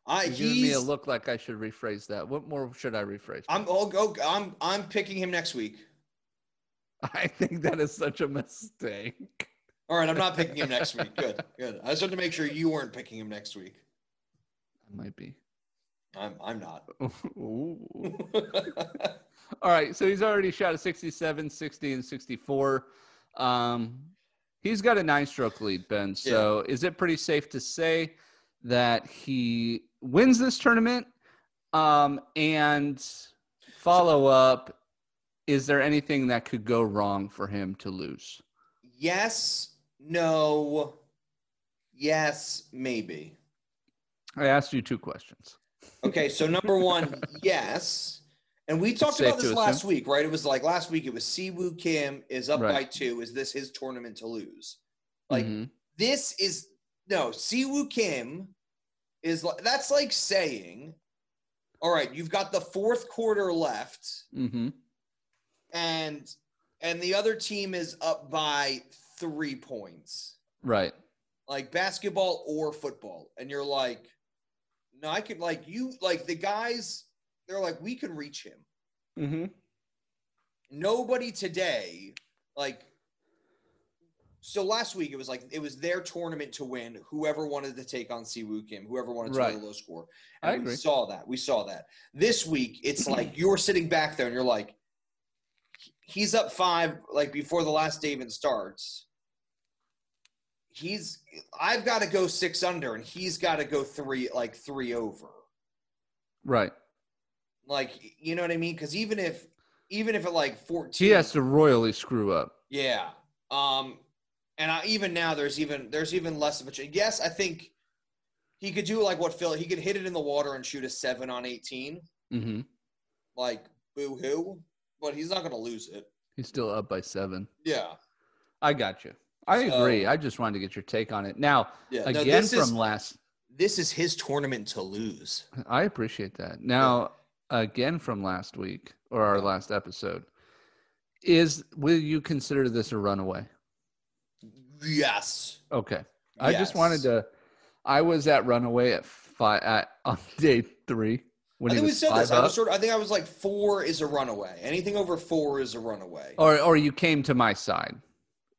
Speaker 2: I
Speaker 3: You're giving me a
Speaker 2: he's
Speaker 3: look like I should rephrase that. What more should I rephrase?
Speaker 2: I'm I'll go I'm I'm picking him next week.
Speaker 3: I think that is such a mistake.
Speaker 2: All right, I'm not picking him next week. Good, good. I just wanted to make sure you weren't picking him next week.
Speaker 3: I might be.
Speaker 2: I'm I'm not.
Speaker 3: Ooh. All right, so he's already shot a 67, 60, and 64. Um, he's got a nine stroke lead, Ben. So is it pretty safe to say that he wins this tournament? Um, and follow up, is there anything that could go wrong for him to lose?
Speaker 2: yes, no, yes, maybe.
Speaker 3: I asked you two questions.
Speaker 2: Okay, so number one, yes. And we talked
Speaker 3: safe
Speaker 2: about
Speaker 3: to
Speaker 2: this
Speaker 3: assume.
Speaker 2: last week, right? It was like last week it was Siwoo Kim is up
Speaker 3: Right.
Speaker 2: by two. Is this his tournament to lose? Like
Speaker 3: Mhm.
Speaker 2: this is no Siwoo Kim is like that's like saying, All right, you've got the fourth quarter left
Speaker 3: Mhm.
Speaker 2: and and the other team is up by three points.
Speaker 3: Right.
Speaker 2: Like basketball or football. And you're like, no, I could like you like the guys, they're like, we can reach him.
Speaker 3: Mm-hmm.
Speaker 2: nobody today like so last week it was like it was their tournament to win whoever wanted to take on Siwoo Kim whoever wanted to
Speaker 3: Right.
Speaker 2: win the low score
Speaker 3: I
Speaker 2: and we
Speaker 3: agree.
Speaker 2: saw that we saw that this week it's like you're sitting back there and you're like he's up 5 like before the last day even starts he's I've got to go 6 under and he's got to go 3 like 3 over
Speaker 3: Right.
Speaker 2: like you know what I mean cuz even if even if at like 14
Speaker 3: He has to royally screw up.
Speaker 2: Yeah. Um, and I, even now, there's even there's even less of a chance. Yes, I think he could do like what Phil. He could hit it in the water and shoot a seven on eighteen,
Speaker 3: Mm-hmm.
Speaker 2: like boo hoo. But he's not gonna lose it.
Speaker 3: He's still up by seven.
Speaker 2: Yeah.
Speaker 3: I got you. I
Speaker 2: So-
Speaker 3: agree. I just wanted to get your take on it. Now,
Speaker 2: Yeah. No,
Speaker 3: again
Speaker 2: this
Speaker 3: from
Speaker 2: is
Speaker 3: last,
Speaker 2: this is his tournament to lose.
Speaker 3: I appreciate that. Now, again from last week or our
Speaker 2: Yeah.
Speaker 3: last episode, is will you consider this a runaway?
Speaker 2: Yes.
Speaker 3: Okay. I just wanted
Speaker 2: Yes.
Speaker 3: to. I was at runaway at five at, on day three when
Speaker 2: I
Speaker 3: he
Speaker 2: think we
Speaker 3: was
Speaker 2: said
Speaker 3: five
Speaker 2: this. I
Speaker 3: up,
Speaker 2: was sort of. I think I was like four is a runaway. Anything over four is a runaway.
Speaker 3: or or you came to my side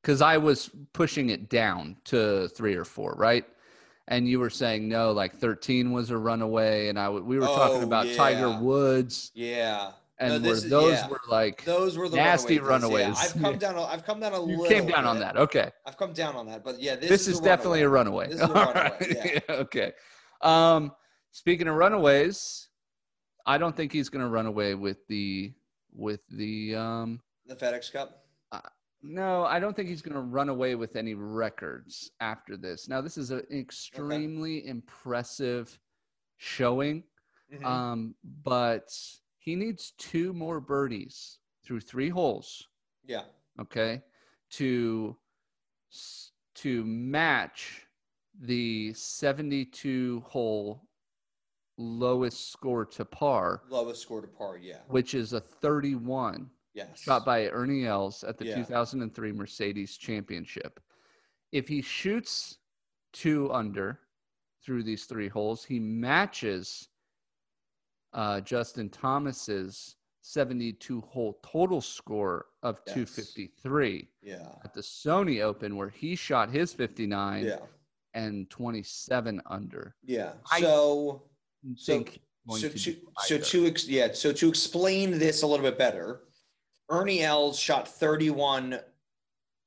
Speaker 3: because I was pushing it down to three or four, right? And you were saying no, like thirteen was a runaway, and I w- we were talking
Speaker 2: Oh,
Speaker 3: about Tiger
Speaker 2: yeah.
Speaker 3: Woods,
Speaker 2: yeah.
Speaker 3: and
Speaker 2: No,
Speaker 3: were,
Speaker 2: this is-
Speaker 3: those
Speaker 2: yeah.
Speaker 3: were like
Speaker 2: Those were the
Speaker 3: Nasty
Speaker 2: runaway days.
Speaker 3: runaways.
Speaker 2: Yeah, I've come down. A, I've come down a
Speaker 3: you
Speaker 2: little.
Speaker 3: came down on
Speaker 2: bit.
Speaker 3: that. Okay,
Speaker 2: I've come down on that, but yeah, this,
Speaker 3: this, is,
Speaker 2: a
Speaker 3: definitely a runaway.
Speaker 2: This is a
Speaker 3: All
Speaker 2: runaway,
Speaker 3: right. okay. Um, speaking of runaways, I don't think he's going to run away with the with the um.
Speaker 2: The FedEx Cup.
Speaker 3: No, I don't think he's going to run away with any records after this. Now, this is an extremely impressive showing.
Speaker 2: Mm-hmm.
Speaker 3: Um, but he needs two more birdies through three holes,
Speaker 2: yeah,
Speaker 3: okay, to s- to match the 72 hole lowest score to par,
Speaker 2: lowest score to par. Yeah,
Speaker 3: which is a 31
Speaker 2: yes.
Speaker 3: shot by Ernie Els at the
Speaker 2: Yeah.
Speaker 3: 2003 Mercedes Championship. If he shoots two under through these three holes, he matches uh, Justin Thomas's 72 hole total score of
Speaker 2: Yes.
Speaker 3: 253
Speaker 2: Yeah,
Speaker 3: at the Sony Open, where he shot his 59
Speaker 2: yeah,
Speaker 3: and 27 under.
Speaker 2: yeah.
Speaker 3: I-
Speaker 2: So, Mm, So-
Speaker 3: Think he's going
Speaker 2: so
Speaker 3: to
Speaker 2: to
Speaker 3: do
Speaker 2: so
Speaker 3: either.
Speaker 2: to ex- yeah so to explain this a little bit better, Ernie Els shot thirty one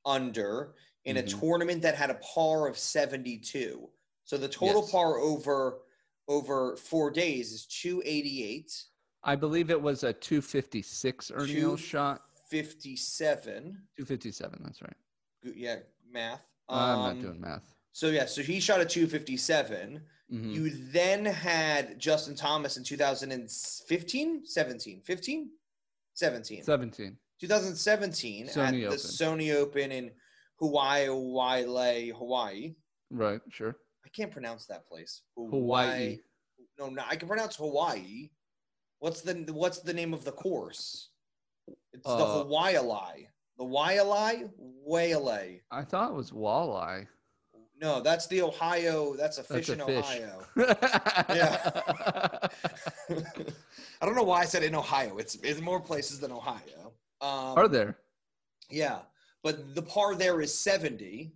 Speaker 2: under in a
Speaker 3: Mhm.
Speaker 2: tournament that had a par of seventy two. So the total
Speaker 3: Yes.
Speaker 2: par over over four days is two eighty eight.
Speaker 3: I believe it was a 256 Ernie
Speaker 2: Two-
Speaker 3: Els shot.
Speaker 2: 257.
Speaker 3: 257. That's right.
Speaker 2: Good- Yeah, math.
Speaker 3: I'm
Speaker 2: Um,
Speaker 3: not doing math.
Speaker 2: So, yeah, so he shot a 257.
Speaker 3: Mhm.
Speaker 2: You then had Justin Thomas in 2015, 17, 15, 17.
Speaker 3: 17.
Speaker 2: 2017 at
Speaker 3: Sony
Speaker 2: the
Speaker 3: Open.
Speaker 2: Sony Open in Hawaii, Wailea, Hawaii.
Speaker 3: Right. Sure.
Speaker 2: I can't pronounce that place.
Speaker 3: Hawaii.
Speaker 2: No, no, I can pronounce Hawaii. What's the what's the name of the course? It's the
Speaker 3: Uh,
Speaker 2: Hawaii. The Wailea, Wailea.
Speaker 3: I thought it was walleye.
Speaker 2: No, that's the Ohio. That's a
Speaker 3: That's
Speaker 2: fish
Speaker 3: a
Speaker 2: in
Speaker 3: fish.
Speaker 2: Ohio. I don't know why I said in Ohio. It's it's more places than Ohio. Um,
Speaker 3: Are there?
Speaker 2: Yeah, but the par there is seventy.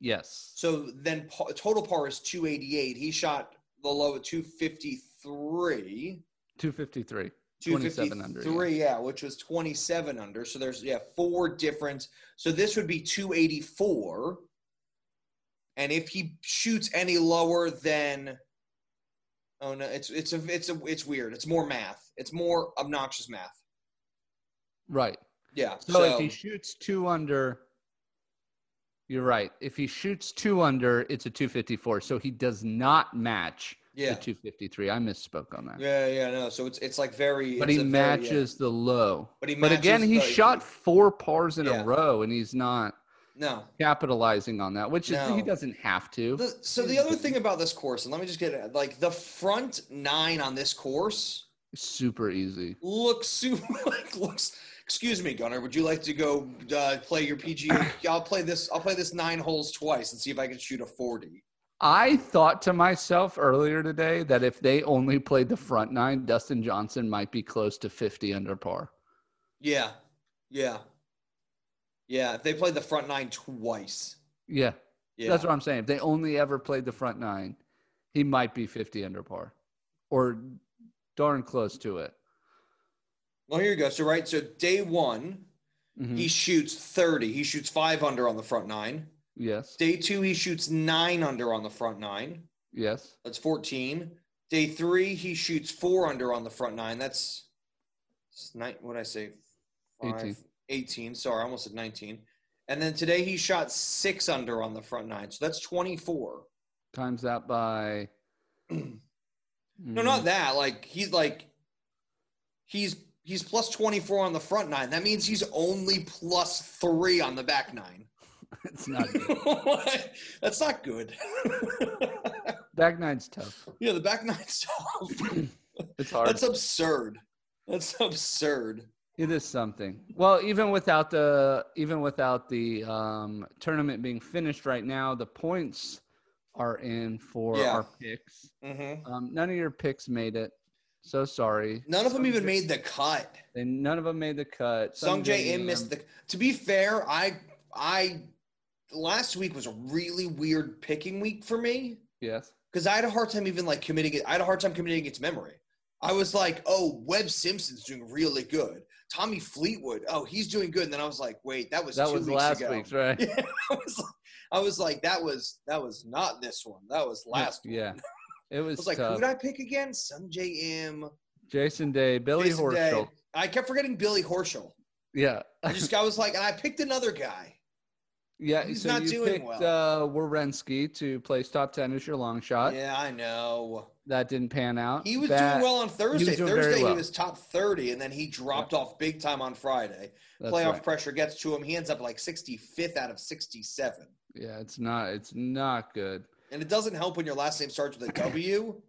Speaker 3: Yes.
Speaker 2: So then par, total par is 288. He shot the low at 253.
Speaker 3: 253. 27 under,
Speaker 2: 253, yeah. which was 27 under. So there's, yeah, four difference. So this would be 284. And if he shoots any lower than, oh no, it's it's a it's a it's weird. It's more math. It's more obnoxious math.
Speaker 3: Right.
Speaker 2: Yeah.
Speaker 3: So, if he shoots two under, you're right. If he shoots two under, it's a 254. So he does not match
Speaker 2: yeah,
Speaker 3: the 253. I misspoke on that.
Speaker 2: yeah, yeah. No, so it's it's like very.
Speaker 3: But
Speaker 2: it's
Speaker 3: he
Speaker 2: a very, yeah.
Speaker 3: matches the low.
Speaker 2: But he
Speaker 3: But again,
Speaker 2: matches
Speaker 3: he
Speaker 2: the-
Speaker 3: shot four pars in
Speaker 2: Yeah.
Speaker 3: a row, and he's not
Speaker 2: No,
Speaker 3: capitalizing on that, which is he
Speaker 2: No.
Speaker 3: doesn't have to.
Speaker 2: The, so the other thing about this course, and let me just get it, like the front nine on this course
Speaker 3: Super easy.
Speaker 2: looks super like looks. Excuse me, Gunnar. Would you like to go uh, play your PGA? I'll play this. I'll play this nine holes twice and see if I can shoot a forty.
Speaker 3: I thought to myself earlier today that if they only played the front nine, Dustin Johnson might be close to 50 under par.
Speaker 2: Yeah, yeah, yeah. If they played the front nine twice,
Speaker 3: Yeah,
Speaker 2: yeah,
Speaker 3: that's what I'm saying. If they only ever played the front nine, he might be 50 under par or darn close to it.
Speaker 2: Well, here you go. So right. So day one,
Speaker 3: Mhm.
Speaker 2: he shoots thirty. He shoots five under on the front nine.
Speaker 3: Yes,
Speaker 2: Day two, he shoots nine under on the front nine.
Speaker 3: yes,
Speaker 2: That's 14. Day three, he shoots four under on the front nine. That's, that's nine, what I say?
Speaker 3: 18.
Speaker 2: 18. Sorry, I almost said 19. And then today he shot six under on the front nine. So that's 24.
Speaker 3: times that by.
Speaker 2: No,
Speaker 3: Mm-hmm.
Speaker 2: not that. Like, he's like, he's. He's plus 24 on the front nine. That means he's only plus three on the back nine.
Speaker 3: it's not good.
Speaker 2: That's not good.
Speaker 3: Back nine's tough.
Speaker 2: yeah, the back nine's tough.
Speaker 3: It's hard.
Speaker 2: That's absurd. That's absurd.
Speaker 3: It is something. Well, even without the even without the um, tournament being finished right now, the points are in for
Speaker 2: Yeah.
Speaker 3: our picks.
Speaker 2: Mm-hmm.
Speaker 3: Um, none of your picks made it. So sorry.
Speaker 2: None of them even made the cut.
Speaker 3: And none of them made the cut.
Speaker 2: Sung J
Speaker 3: Jae
Speaker 2: In missed the. To be fair, I I last week was a really weird picking week for me
Speaker 3: Yes.
Speaker 2: because I had a hard time even like committing it. I had a hard time committing its memory. I was like, oh, Webb Simpson's doing really good. Tommy Fleetwood, oh, he's doing good. And then I was like, wait, that was
Speaker 3: That
Speaker 2: two
Speaker 3: was
Speaker 2: weeks
Speaker 3: last
Speaker 2: ago.
Speaker 3: week's, right?
Speaker 2: Yeah, I was, like, I was like, that was that was not this one. That was last one.
Speaker 3: Yeah.
Speaker 2: I
Speaker 3: It was,
Speaker 2: was like, who
Speaker 3: tough.
Speaker 2: would I pick again? Sung J M.
Speaker 3: Jason Day, Billy
Speaker 2: Jason Day.
Speaker 3: Horschel.
Speaker 2: I kept forgetting Billy Horschel.
Speaker 3: Yeah.
Speaker 2: I just I was like, and I picked another guy.
Speaker 3: Yeah.
Speaker 2: He's
Speaker 3: so
Speaker 2: not
Speaker 3: you
Speaker 2: doing
Speaker 3: picked uh, Wawrenski to place top 10 as your long shot.
Speaker 2: Yeah, I know.
Speaker 3: That didn't pan out.
Speaker 2: He was
Speaker 3: That-
Speaker 2: doing well on Thursday.
Speaker 3: doing very
Speaker 2: Thursday he
Speaker 3: well.
Speaker 2: was top thirty, and then he dropped off big time on Friday.
Speaker 3: That's
Speaker 2: Playoff
Speaker 3: right.
Speaker 2: pressure gets to him. He ends up like sixty fifth out of sixty seven.
Speaker 3: Yeah, it's not. It's not good.
Speaker 2: And it doesn't help when your last name starts with a W,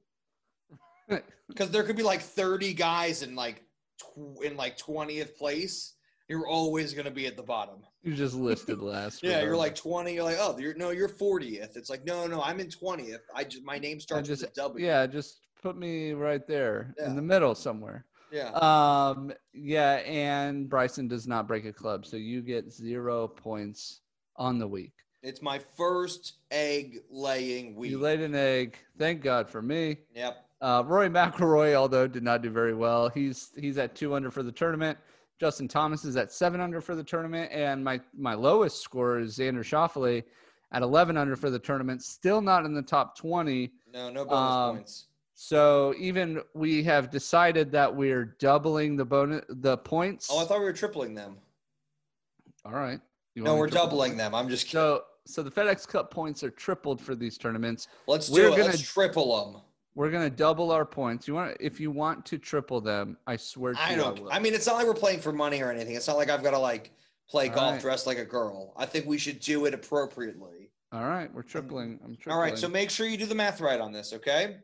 Speaker 2: because there could be like thirty guys in like tw- in like twentieth place. You're always going to be at the bottom.
Speaker 3: You just listed last.
Speaker 2: Yeah, you're
Speaker 3: regardless.
Speaker 2: like 20. You're like, oh, you're no, you're 40th. It's like, no, no, I'm in 20th. I just my name starts
Speaker 3: just-
Speaker 2: with a W.
Speaker 3: Yeah, just put me right there
Speaker 2: Yeah.
Speaker 3: in the middle somewhere.
Speaker 2: yeah.
Speaker 3: Um, yeah, and Bryson does not break a club, so you get zero points on the week.
Speaker 2: It's my first egg laying week.
Speaker 3: You laid an egg. Thank God for me.
Speaker 2: yep.
Speaker 3: Uh, Rory McIlroy, although did not do very well, he's he's at two under for the tournament. Justin Thomas is at seven under for the tournament, and my my lowest score is Xander Schauffele at eleven under for the tournament. Still not in the top twenty.
Speaker 2: No, no bonus
Speaker 3: Um,
Speaker 2: points.
Speaker 3: So even we have decided that we're doubling the bonus the points.
Speaker 2: Oh, I thought we were tripling them.
Speaker 3: All right. You
Speaker 2: No,
Speaker 3: want me
Speaker 2: we're
Speaker 3: to-
Speaker 2: doubling them. I'm just kidding.
Speaker 3: So, so the FedEx Cup points are tripled for these tournaments.
Speaker 2: Let's do
Speaker 3: we're
Speaker 2: it. Let's
Speaker 3: gonna-
Speaker 2: triple them.
Speaker 3: We're gonna double our points. You want if you want to triple them, I swear to
Speaker 2: I
Speaker 3: you,
Speaker 2: don't.
Speaker 3: will.
Speaker 2: I mean, it's not like we're playing for money or anything. It's not like I've got to like play
Speaker 3: All
Speaker 2: golf
Speaker 3: right.
Speaker 2: dressed like a girl. I think we should do it appropriately.
Speaker 3: All right, we're tripling. I'm tripling.
Speaker 2: All right. So make sure you do the math right on this. Okay.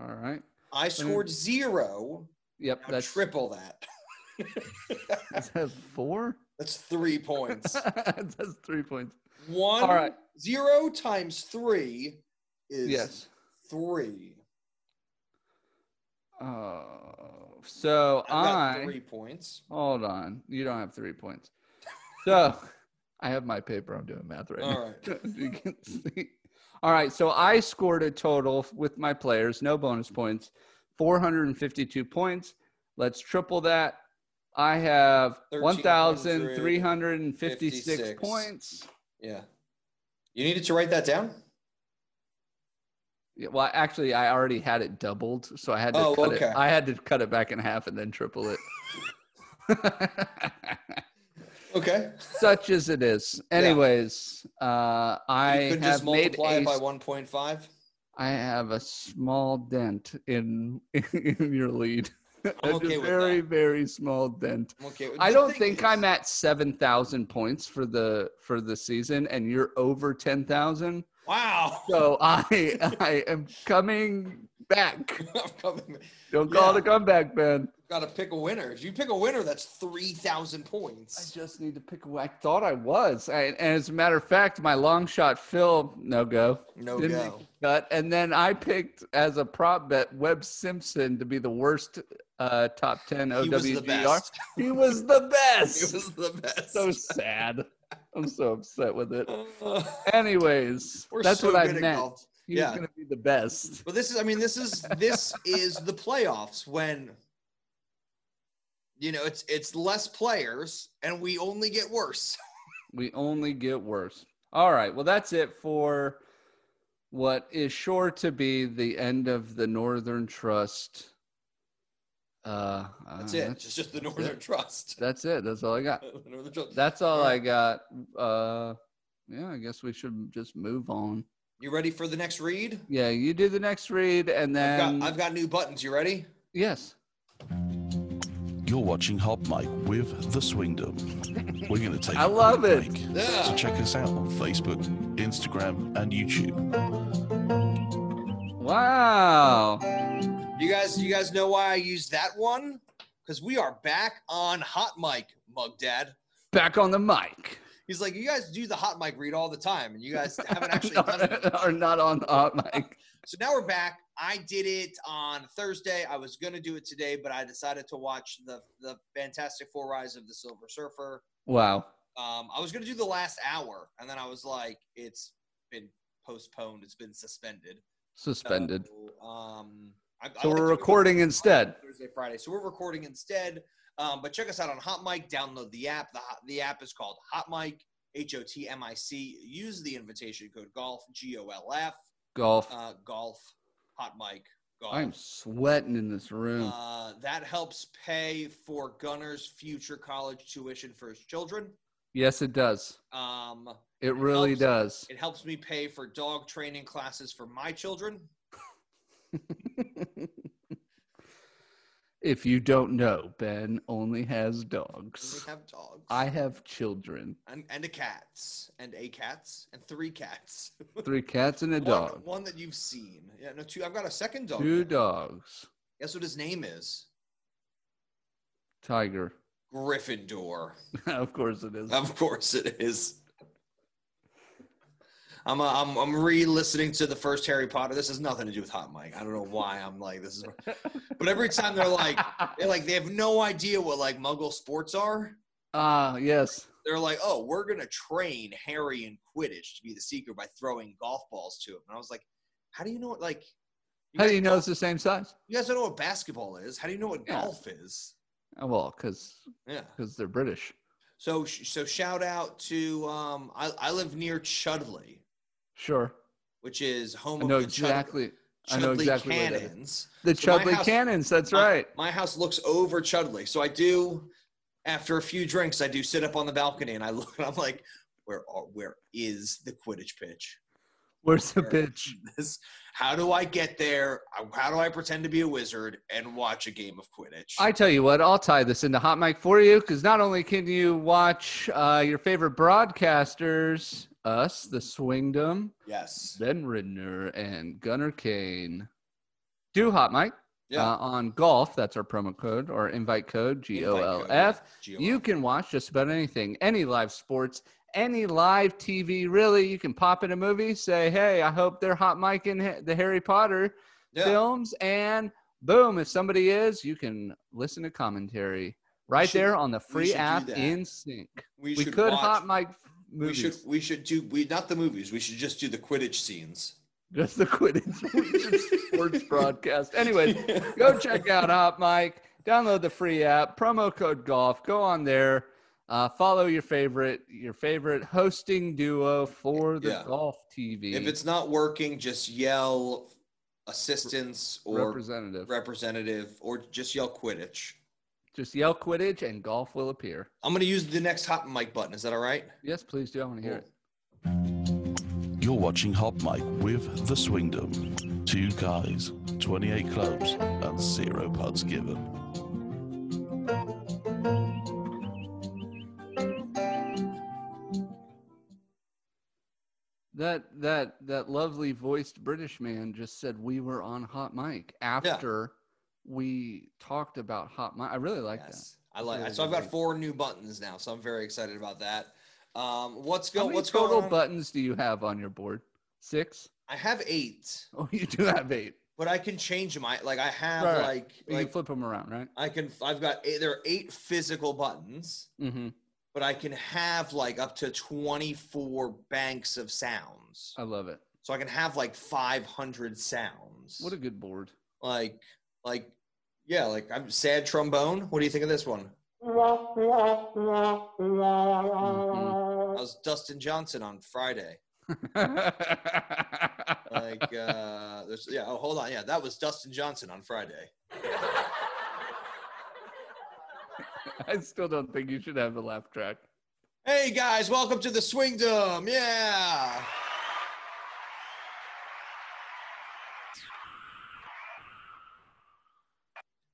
Speaker 3: all right.
Speaker 2: I scored zero.
Speaker 3: Yep,
Speaker 2: Now
Speaker 3: that's
Speaker 2: triple that.
Speaker 3: is that four.
Speaker 2: That's three points.
Speaker 3: that's three points.
Speaker 2: One
Speaker 3: All right.
Speaker 2: zero times three is
Speaker 3: Yes.
Speaker 2: three.
Speaker 3: Oh, so
Speaker 2: I've
Speaker 3: I
Speaker 2: got three points.
Speaker 3: hold on. You don't have three points. So I have my paper. I'm doing math right now.
Speaker 2: All right.
Speaker 3: you can see. All right, so I scored a total f- with my players, no bonus points, 452 points. Let's triple that. I have
Speaker 2: 1,356.
Speaker 3: 1,356 points.
Speaker 2: Yeah. You needed to write that down?
Speaker 3: Yeah, Well, actually, I already had it doubled, so I had to
Speaker 2: Oh,
Speaker 3: cut
Speaker 2: okay.
Speaker 3: it. I had to cut it back in half and then triple it.
Speaker 2: Okay.
Speaker 3: Such as it is. Anyways, uh, I
Speaker 2: you could
Speaker 3: have
Speaker 2: just multiply
Speaker 3: made
Speaker 2: it by
Speaker 3: a
Speaker 2: 1.5.
Speaker 3: I have a small dent in in your lead.
Speaker 2: I'm
Speaker 3: A
Speaker 2: okay with
Speaker 3: very,
Speaker 2: that.
Speaker 3: very small dent.
Speaker 2: I'm okay. with-
Speaker 3: I
Speaker 2: The
Speaker 3: don't
Speaker 2: thing
Speaker 3: think
Speaker 2: is-
Speaker 3: I'm at seven thousand points for the for the season, and you're over ten thousand.
Speaker 2: Wow.
Speaker 3: So I I am coming back.
Speaker 2: I'm coming.
Speaker 3: Don't call
Speaker 2: Yeah.
Speaker 3: it a comeback, Ben.
Speaker 2: Got to pick a winner. If you pick a winner, that's 3,000
Speaker 3: I
Speaker 2: points.
Speaker 3: just need to pick a. I thought I was, I, and as a matter of fact, my long shot Phil no go.
Speaker 2: No
Speaker 3: Didn't
Speaker 2: go.
Speaker 3: But and then I picked as a prop bet Webb Simpson to be the worst uh, top ten OWGR.
Speaker 2: He was the best.
Speaker 3: He was the
Speaker 2: He
Speaker 3: best.
Speaker 2: was the best.
Speaker 3: so sad. I'm so upset with it.
Speaker 2: Uh,
Speaker 3: Anyways,
Speaker 2: we're
Speaker 3: that's
Speaker 2: so
Speaker 3: what I
Speaker 2: good at
Speaker 3: meant.
Speaker 2: golf.
Speaker 3: He
Speaker 2: Yeah.
Speaker 3: was gonna be the best.
Speaker 2: But this is, I mean, this is this is the playoffs when you know it's it's less players and we only get worse.
Speaker 3: We only get worse. All right. Well, that's it for what is sure to be the end of the Northern Trust. Uh,
Speaker 2: That's
Speaker 3: uh,
Speaker 2: it. It's just the Northern Trust.
Speaker 3: That's it. That's all I got.
Speaker 2: Northern Trust.
Speaker 3: That's all I
Speaker 2: Alright.
Speaker 3: got. Uh, yeah, I guess we should just move on.
Speaker 2: You ready for the next read?
Speaker 3: Yeah, you do the next read, and
Speaker 2: I've
Speaker 3: then
Speaker 2: got, I've got new buttons. You ready?
Speaker 3: yes,
Speaker 1: You're watching Hob Mike with the Swingdom. We're going to take.
Speaker 3: I
Speaker 1: a
Speaker 3: love
Speaker 1: quick
Speaker 3: it.
Speaker 1: break.
Speaker 2: Yeah.
Speaker 1: So check us out on Facebook, Instagram, and YouTube.
Speaker 3: wow,
Speaker 2: You guys, you guys know why I use that one? Because we are back on Hot Mic, Mug Dad.
Speaker 3: back on the mic.
Speaker 2: He's like, you guys do the Hot Mic read all the time, and you guys haven't actually done it.
Speaker 3: Are not on the hot mic.
Speaker 2: So now we're back. I did it on Thursday. I was gonna do it today, but I decided to watch the the Fantastic Four: Rise of the Silver Surfer.
Speaker 3: Wow.
Speaker 2: Um, I was gonna do the last hour, and then I was like, it's been postponed. It's been suspended.
Speaker 3: Suspended.
Speaker 2: So, um, I, I
Speaker 3: So
Speaker 2: like
Speaker 3: we're
Speaker 2: to-
Speaker 3: recording instead.
Speaker 2: Thursday, Friday. So we're recording instead. Um, but check us out on Hot Mic. Download the app. The hot, the app is called Hot Mic. H O T M I C. Use the invitation code golf G O L F
Speaker 3: Golf.
Speaker 2: uh, golf Hot Mic golf.
Speaker 3: I'm sweating in this room.
Speaker 2: uh, that helps pay for Gunner's future college tuition for his children.
Speaker 3: yes, it does.
Speaker 2: Um,
Speaker 3: It really
Speaker 2: helps.
Speaker 3: does.
Speaker 2: it helps me pay for dog training classes for my children.
Speaker 3: if you don't know, Ben only has
Speaker 2: We
Speaker 3: dogs.
Speaker 2: have dogs.
Speaker 3: I have children.
Speaker 2: and, and a cats and a cats and three cats.
Speaker 3: Three cats and a
Speaker 2: One-
Speaker 3: dog.
Speaker 2: One, that you've seen. Yeah, no, two. I've got a second dog.
Speaker 3: Two
Speaker 2: now.
Speaker 3: dogs.
Speaker 2: Guess what his name is?
Speaker 3: Tiger.
Speaker 2: Gryffindor.
Speaker 3: of course it is.
Speaker 2: Of course it is. I'm, uh, I'm, I'm re-listening to the first Harry Potter. This has nothing to do with Hot Mike. I don't know why I'm like this is, but every time they're like, they're like they have no idea what like Muggle sports are.
Speaker 3: ah, yes.
Speaker 2: They're like, oh, we're gonna train Harry and Quidditch to be the Seeker by throwing golf balls to him. And I was like, how do you know what like?
Speaker 3: How do
Speaker 2: guys
Speaker 3: you know it's the same size?
Speaker 2: You guys don't know what basketball is. How do you know what
Speaker 3: Yeah.
Speaker 2: golf is?
Speaker 3: Oh, well, because
Speaker 2: Yeah.
Speaker 3: they're British.
Speaker 2: So sh- so shout out to um I, I live near Chudley,
Speaker 3: Sure.
Speaker 2: which is home
Speaker 3: I
Speaker 2: of
Speaker 3: know
Speaker 2: the Chud-
Speaker 3: exactly.
Speaker 2: Chudley,
Speaker 3: I know exactly where that is.
Speaker 2: Cannons.
Speaker 3: The
Speaker 2: So my
Speaker 3: Chudley
Speaker 2: house-
Speaker 3: Cannons. That's
Speaker 2: my-
Speaker 3: right.
Speaker 2: My house looks over Chudley, so I do After a few drinks, I do sit up on the balcony and I look and I'm like, where are, where is the Quidditch pitch?
Speaker 3: Where's the pitch?
Speaker 2: This, how do I get there? How do I pretend to be a wizard and watch a game of Quidditch?
Speaker 3: I tell you what, I'll tie this into Hot Mic for you because not only can you watch uh, your favorite broadcasters, us, the Swingdom,
Speaker 2: yes.
Speaker 3: Ben Ridner, and Gunnar Kane, do Hot Mic
Speaker 2: Yeah.
Speaker 3: uh, on golf. That's our promo code or invite code, G O L F. You can watch just about anything, any live sports, any live TV, really. You can pop in a movie, say, hey, I hope they're hot mic in Ha- the Harry Potter
Speaker 2: yeah.
Speaker 3: films, and boom, if somebody is, you can listen to commentary right
Speaker 2: should-
Speaker 3: there on the free
Speaker 2: should do
Speaker 3: app
Speaker 2: that.
Speaker 3: in sync.
Speaker 2: We,
Speaker 3: We
Speaker 2: should
Speaker 3: could
Speaker 2: watch,
Speaker 3: hot mic
Speaker 2: We
Speaker 3: movies.
Speaker 2: should we should do we not the movies. We should just do the Quidditch scenes.
Speaker 3: Just the Quidditch sports broadcast. Anyways, go check out Hot Mike. Download the free app. Promo code golf. Go on there. Uh, follow your favorite your favorite hosting duo for the
Speaker 2: Yeah.
Speaker 3: golf TV
Speaker 2: If it's not working, just yell assistance or
Speaker 3: representative.
Speaker 2: representative or just yell Quidditch.
Speaker 3: Just yell Quidditch and golf will appear.
Speaker 2: I'm gonna use the next hot mic button. Is that all right?
Speaker 3: Yes, please do. I want to hear it.
Speaker 1: You're watching Hot Mike with the Swingdom. Two guys, 28 clubs, and zero putts given.
Speaker 3: That that that lovely voiced British man just said we were on Hot Mike after we talked about Hot Mike. I really like
Speaker 2: yes. I like.
Speaker 3: Really
Speaker 2: so I've got
Speaker 3: good.
Speaker 2: four new buttons now, so I'm very excited about that. Um, what's
Speaker 3: that. How
Speaker 2: go?
Speaker 3: many
Speaker 2: What's going
Speaker 3: total
Speaker 2: on?
Speaker 3: buttons do you have on your board? Six.
Speaker 2: I have eight,
Speaker 3: Oh, you do have eight.
Speaker 2: but I can change them. I like. I have
Speaker 3: Right, right.
Speaker 2: like.
Speaker 3: You
Speaker 2: like
Speaker 3: can flip them around, right?
Speaker 2: I can. I've got. Eight, there are eight physical buttons,
Speaker 3: Mm-hmm.
Speaker 2: but I can have like up to twenty-four banks of sounds.
Speaker 3: I love it.
Speaker 2: So I can have like five hundred sounds.
Speaker 3: What a good board.
Speaker 2: like, like, yeah, like I'm sad trombone. What do you think of this one? I was Dustin Johnson on Friday. Uh. like uh there's yeah oh hold on yeah that was dustin johnson on friday
Speaker 3: I still don't think you should have a laugh track.
Speaker 2: hey guys welcome to the swingdom yeah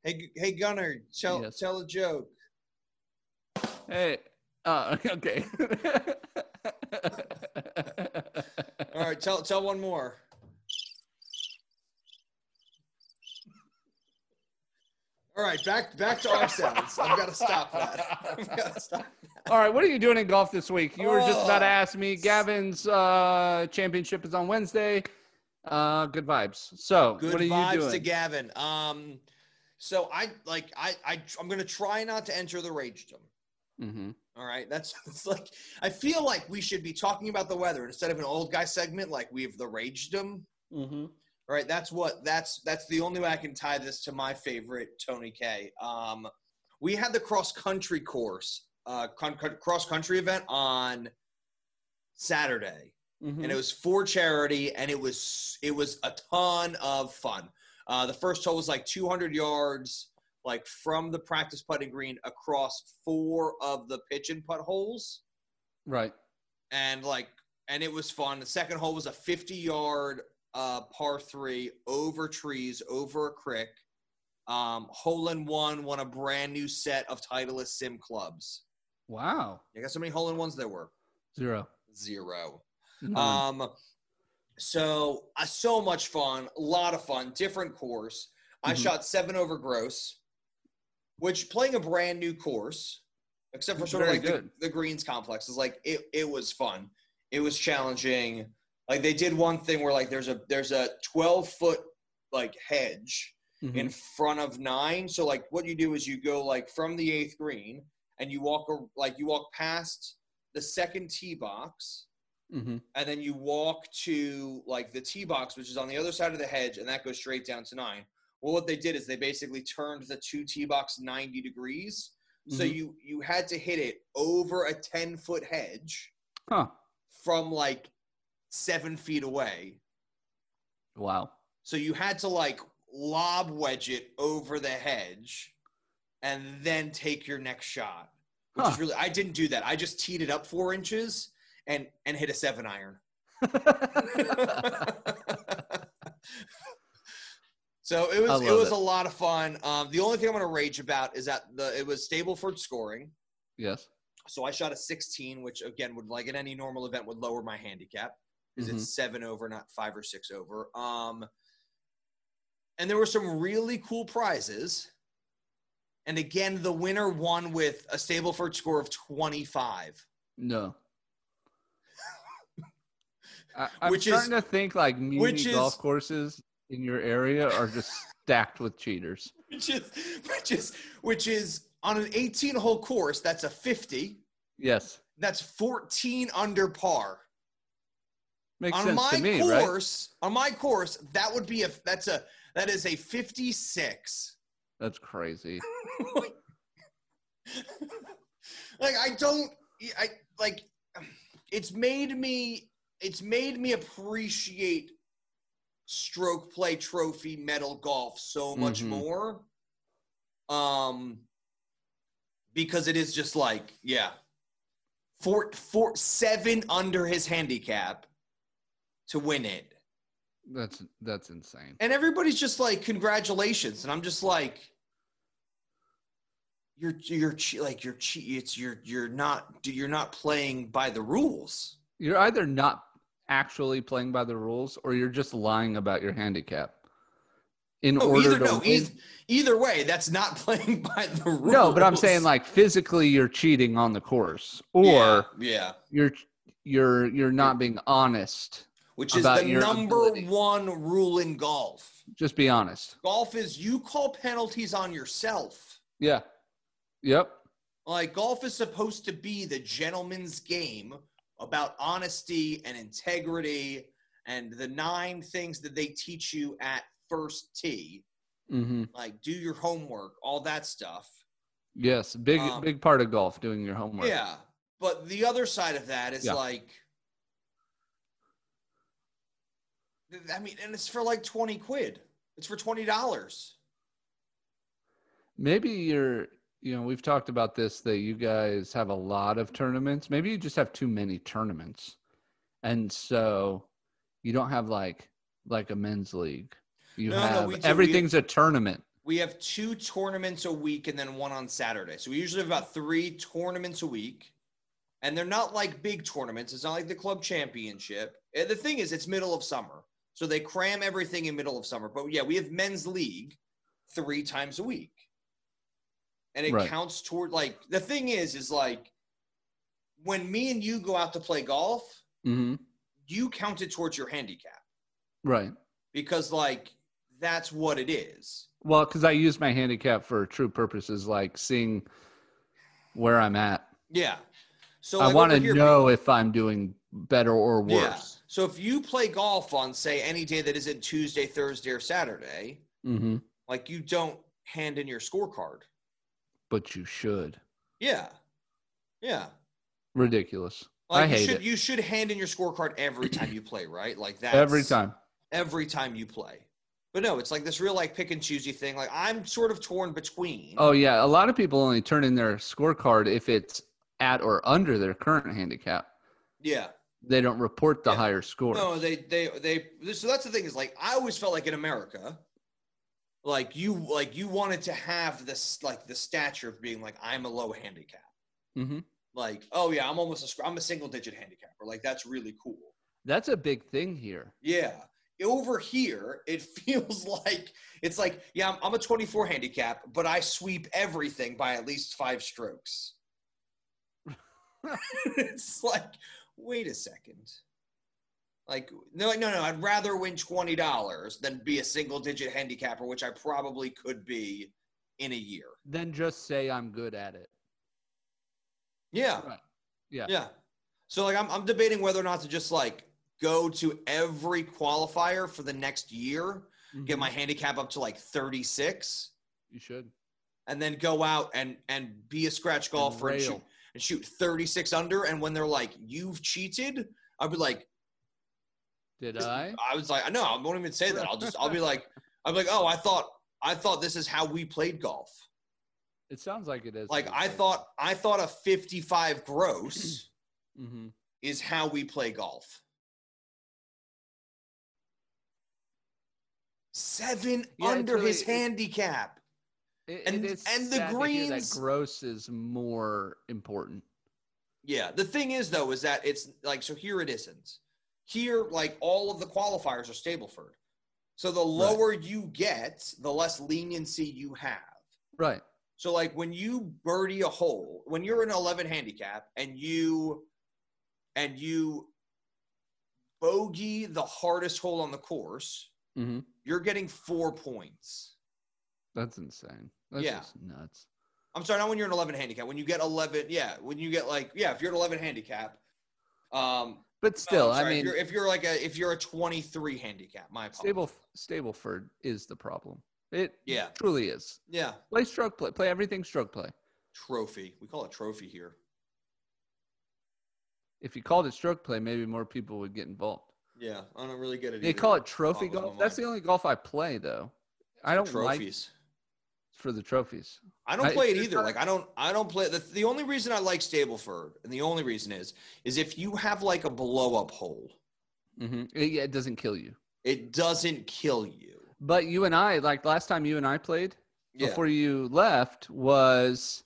Speaker 2: hey G- hey gunner tell
Speaker 3: Yes.
Speaker 2: tell a joke
Speaker 3: Hey. Oh, okay.
Speaker 2: all right tell tell one more all right back back to our sounds i've got to stop that i've got to stop
Speaker 3: All right, what are you doing in golf this week? You were just about to
Speaker 2: Oh.
Speaker 3: ask me. Gavin's uh, championship is on Wednesday. Uh, good vibes. So,
Speaker 2: Good
Speaker 3: what are
Speaker 2: vibes
Speaker 3: you doing?
Speaker 2: to Gavin. Um, so I like I, I I'm gonna try not to enter the ragedom.
Speaker 3: mm-hmm.
Speaker 2: All right, that's it's like I feel like we should be talking about the weather instead of an old guy segment. Like we have the ragedom.
Speaker 3: Mm-hmm.
Speaker 2: All right, that's what that's that's the only way I can tie this to my favorite Tony K. Um, we had the cross country course, uh, con- con- cross country event on Saturday
Speaker 3: Hmm.
Speaker 2: and it was for charity and it was it was a ton of fun uh, the first hole was like 200 yards like from the practice putting green across four of the pitch and putt holes
Speaker 3: Right.
Speaker 2: and like and it was fun the second hole was a 50 yard uh, par three over trees over a creek um, hole in one won a brand new set of titleist sim clubs
Speaker 3: Wow.
Speaker 2: you got so many hole in ones there were
Speaker 3: Zero.
Speaker 2: zero
Speaker 3: None.
Speaker 2: Um, so uh, so much fun, a lot of fun, different course. I
Speaker 3: Mhm.
Speaker 2: shot seven over gross, which playing a brand new course, except for sort of
Speaker 3: Very
Speaker 2: like the,
Speaker 3: good.
Speaker 2: the greens complex, is like it. It was fun. It was challenging. Like they did one thing where like there's a there's a twelve foot like hedge
Speaker 3: Mhm.
Speaker 2: in front of nine. So like what you do is you go like from the eighth green and you walk a- like you walk past the second tee box
Speaker 3: Mhm.
Speaker 2: and then you walk to like the tee box, which is on the other side of the hedge, and that goes straight down to nine. Well, what they did is they basically turned the two tee box ninety degrees, so
Speaker 3: Mhm.
Speaker 2: you you had to hit it over a ten foot hedge
Speaker 3: Huh.
Speaker 2: from like seven feet away.
Speaker 3: Wow.
Speaker 2: So you had to like lob wedge it over the hedge, and then take your next shot. which
Speaker 3: Huh.
Speaker 2: is really I didn't do that. I just teed it up four inches and and hit a seven iron. so it
Speaker 3: I
Speaker 2: was it
Speaker 3: love
Speaker 2: was
Speaker 3: it.
Speaker 2: a lot of fun. Um, the only thing I'm going to rage about is that the it was Stableford scoring.
Speaker 3: yes.
Speaker 2: So I shot a 16, which again would like at any normal event would lower my handicap because
Speaker 3: Mhm.
Speaker 2: it's seven over, not five or six over. Um, and there were some really cool prizes. And again, the winner won with a Stableford score of 25.
Speaker 3: Mm-hmm. No. I, I'm
Speaker 2: Which is-
Speaker 3: starting to think like muni
Speaker 2: which is-
Speaker 3: golf courses in your area are just stacked with cheaters.
Speaker 2: which is which is which is on an 18 hole course that's a 50
Speaker 3: Yes,
Speaker 2: that's 14 under par
Speaker 3: makes
Speaker 2: on
Speaker 3: sense
Speaker 2: my
Speaker 3: to me, right?
Speaker 2: course on my course that would be a that's a that is a 56
Speaker 3: That's crazy.
Speaker 2: like i don't i like it's made me it's made me appreciate stroke play trophy medal golf so much
Speaker 3: Mhm.
Speaker 2: more um because it is just like yeah four four seven under his handicap to win it
Speaker 3: That's that's insane.
Speaker 2: and everybody's just like congratulations and i'm just like you're you're che- like you're che- it's you're you're not you're not playing by the rules
Speaker 3: You're either not actually playing by the rules, or you're just lying about your handicap. In
Speaker 2: no,
Speaker 3: order
Speaker 2: Oh, either
Speaker 3: to
Speaker 2: no
Speaker 3: win-
Speaker 2: either, either way that's not playing by the rules
Speaker 3: no, but I'm saying like physically, you're cheating on the course, or
Speaker 2: yeah, yeah.
Speaker 3: you're you're you're not being honest.
Speaker 2: which is
Speaker 3: about
Speaker 2: the
Speaker 3: your
Speaker 2: number
Speaker 3: ability.
Speaker 2: one rule in golf
Speaker 3: Just be honest.
Speaker 2: golf is you call penalties on yourself
Speaker 3: Yeah. Yep.
Speaker 2: Like golf is supposed to be the gentleman's game about honesty and integrity and the nine things that they teach you at first tee,
Speaker 3: Mm-hmm.
Speaker 2: like do your homework, all that stuff.
Speaker 3: Yes, big
Speaker 2: Um,
Speaker 3: big part of golf doing your homework.
Speaker 2: Yeah. But the other side of that is
Speaker 3: Yeah.
Speaker 2: like I mean, and it's for like 20 quid. It's for $20.
Speaker 3: Maybe you're you know, we've talked about this that you guys have a lot of tournaments. Maybe you just have too many tournaments. And so you don't have like like a men's league. You
Speaker 2: No, no,
Speaker 3: have
Speaker 2: we do. We-
Speaker 3: everything's a tournament.
Speaker 2: We have two tournaments a week and then one on Saturday. So we usually have about three tournaments a week. And they're not like big tournaments. It's not like the club championship. And the thing is, it's middle of summer. So they cram everything in middle of summer. But yeah, we have men's league three times a week. And it
Speaker 3: Right.
Speaker 2: counts toward like the thing is, is like when me and you go out to play golf,
Speaker 3: Mm-hmm.
Speaker 2: you count it towards your handicap
Speaker 3: Right.
Speaker 2: because like that's what it is.
Speaker 3: Well, because I use my handicap for true purposes, like seeing where I'm at.
Speaker 2: Yeah. So
Speaker 3: I
Speaker 2: like,
Speaker 3: want to
Speaker 2: over here,
Speaker 3: know if I'm doing better or worse.
Speaker 2: Yeah. So if you play golf on, say, any day that isn't Tuesday, Thursday, or Saturday,
Speaker 3: Mm-hmm.
Speaker 2: like you don't hand in your scorecard.
Speaker 3: But you should.
Speaker 2: Yeah. Yeah.
Speaker 3: Ridiculous.
Speaker 2: Like
Speaker 3: I
Speaker 2: you
Speaker 3: hate
Speaker 2: should
Speaker 3: it.
Speaker 2: you should hand in your scorecard every time you play, right? Like that
Speaker 3: Every time.
Speaker 2: Every time you play. But no, it's like this real like pick and choosey thing. Like I'm sort of torn between.
Speaker 3: Oh yeah, a lot of people only turn in their scorecard if it's at or under their current handicap.
Speaker 2: yeah.
Speaker 3: They don't report the
Speaker 2: Yeah.
Speaker 3: higher score.
Speaker 2: No, they they they. So that's the thing is like I always felt like in America, like you like you wanted to have this like the stature of being like I'm a low handicap.
Speaker 3: hmm
Speaker 2: Like oh yeah, I'm almost a sc- I'm a single digit handicapper. Like that's really cool.
Speaker 3: That's a big thing here.
Speaker 2: Yeah. Over here, it feels like it's like yeah, I'm, I'm a 24 handicap, but I sweep everything by at least five strokes. it's like, wait a second. Like no, no, no. I'd rather win twenty dollars than be a single-digit handicapper, which I probably could be in a year.
Speaker 3: Then just say I'm good at it.
Speaker 2: Yeah.
Speaker 3: Right. Yeah.
Speaker 2: Yeah. So like I'm I'm debating whether or not to just like go to every qualifier for the next year, get
Speaker 3: Mhm.
Speaker 2: my handicap up to like 36
Speaker 3: You should.
Speaker 2: and then go out and and be a scratch golfer and shoot
Speaker 3: rail.
Speaker 2: and shoot 36 under and when they're like you've cheated, I'd be like
Speaker 3: Did
Speaker 2: Just-
Speaker 3: I?
Speaker 2: I was like, no, I won't even say that. I'll just, I'll be like, I'm like, oh, I thought, I thought this is how we played golf.
Speaker 3: It sounds like it is.
Speaker 2: Like I thought, I thought a 55 gross
Speaker 3: hmm
Speaker 2: is how we play golf. Seven
Speaker 3: Yeah, it's
Speaker 2: under his
Speaker 3: really- it-
Speaker 2: handicap. And-
Speaker 3: and it's
Speaker 2: and the
Speaker 3: sad to hear
Speaker 2: greens-
Speaker 3: that gross is more important.
Speaker 2: Yeah. The thing is, though, is that it's like so. Here it isn't. Here, like all of the qualifiers are Stableford. So the lower you get, the less leniency you have.
Speaker 3: Right.
Speaker 2: So like when you birdie a hole, when you're an 11 handicap and you and you bogey the hardest hole on the course,
Speaker 3: hmm
Speaker 2: you're getting 4 points.
Speaker 3: That's insane. That's
Speaker 2: Yeah.
Speaker 3: just nuts.
Speaker 2: I'm sorry, not when you're an 11 handicap. When you get 11, yeah, when you get like yeah, if you're an 11 handicap, um
Speaker 3: But
Speaker 2: no,
Speaker 3: still,
Speaker 2: I'm
Speaker 3: I
Speaker 2: sorry, if
Speaker 3: mean,
Speaker 2: you're, if you're like a if you're a 23 handicap, my apologies.
Speaker 3: Stable Stableford is the problem. It
Speaker 2: Yeah.
Speaker 3: truly is.
Speaker 2: Yeah,
Speaker 3: Play stroke play. Play everything stroke play.
Speaker 2: trophy. We call it trophy here.
Speaker 3: If you called it stroke play, maybe more people would get involved.
Speaker 2: Yeah, I don't really get it.
Speaker 3: They
Speaker 2: either.
Speaker 3: call it trophy
Speaker 2: Boggles my
Speaker 3: golf. That's
Speaker 2: mind.
Speaker 3: the only golf I play though. I don't like
Speaker 2: trophies.
Speaker 3: for the trophies.
Speaker 2: I don't
Speaker 3: I-
Speaker 2: play it
Speaker 3: it's
Speaker 2: either.
Speaker 3: not-
Speaker 2: Like I don't I don't play the the only reason I like Stableford and the only reason is is if you have like a blow up hole, Mm-hmm.
Speaker 3: hmm It, yeah, it doesn't kill you.
Speaker 2: it doesn't kill you.
Speaker 3: But you and I, like last time you and I played
Speaker 2: Yeah.
Speaker 3: before you left, was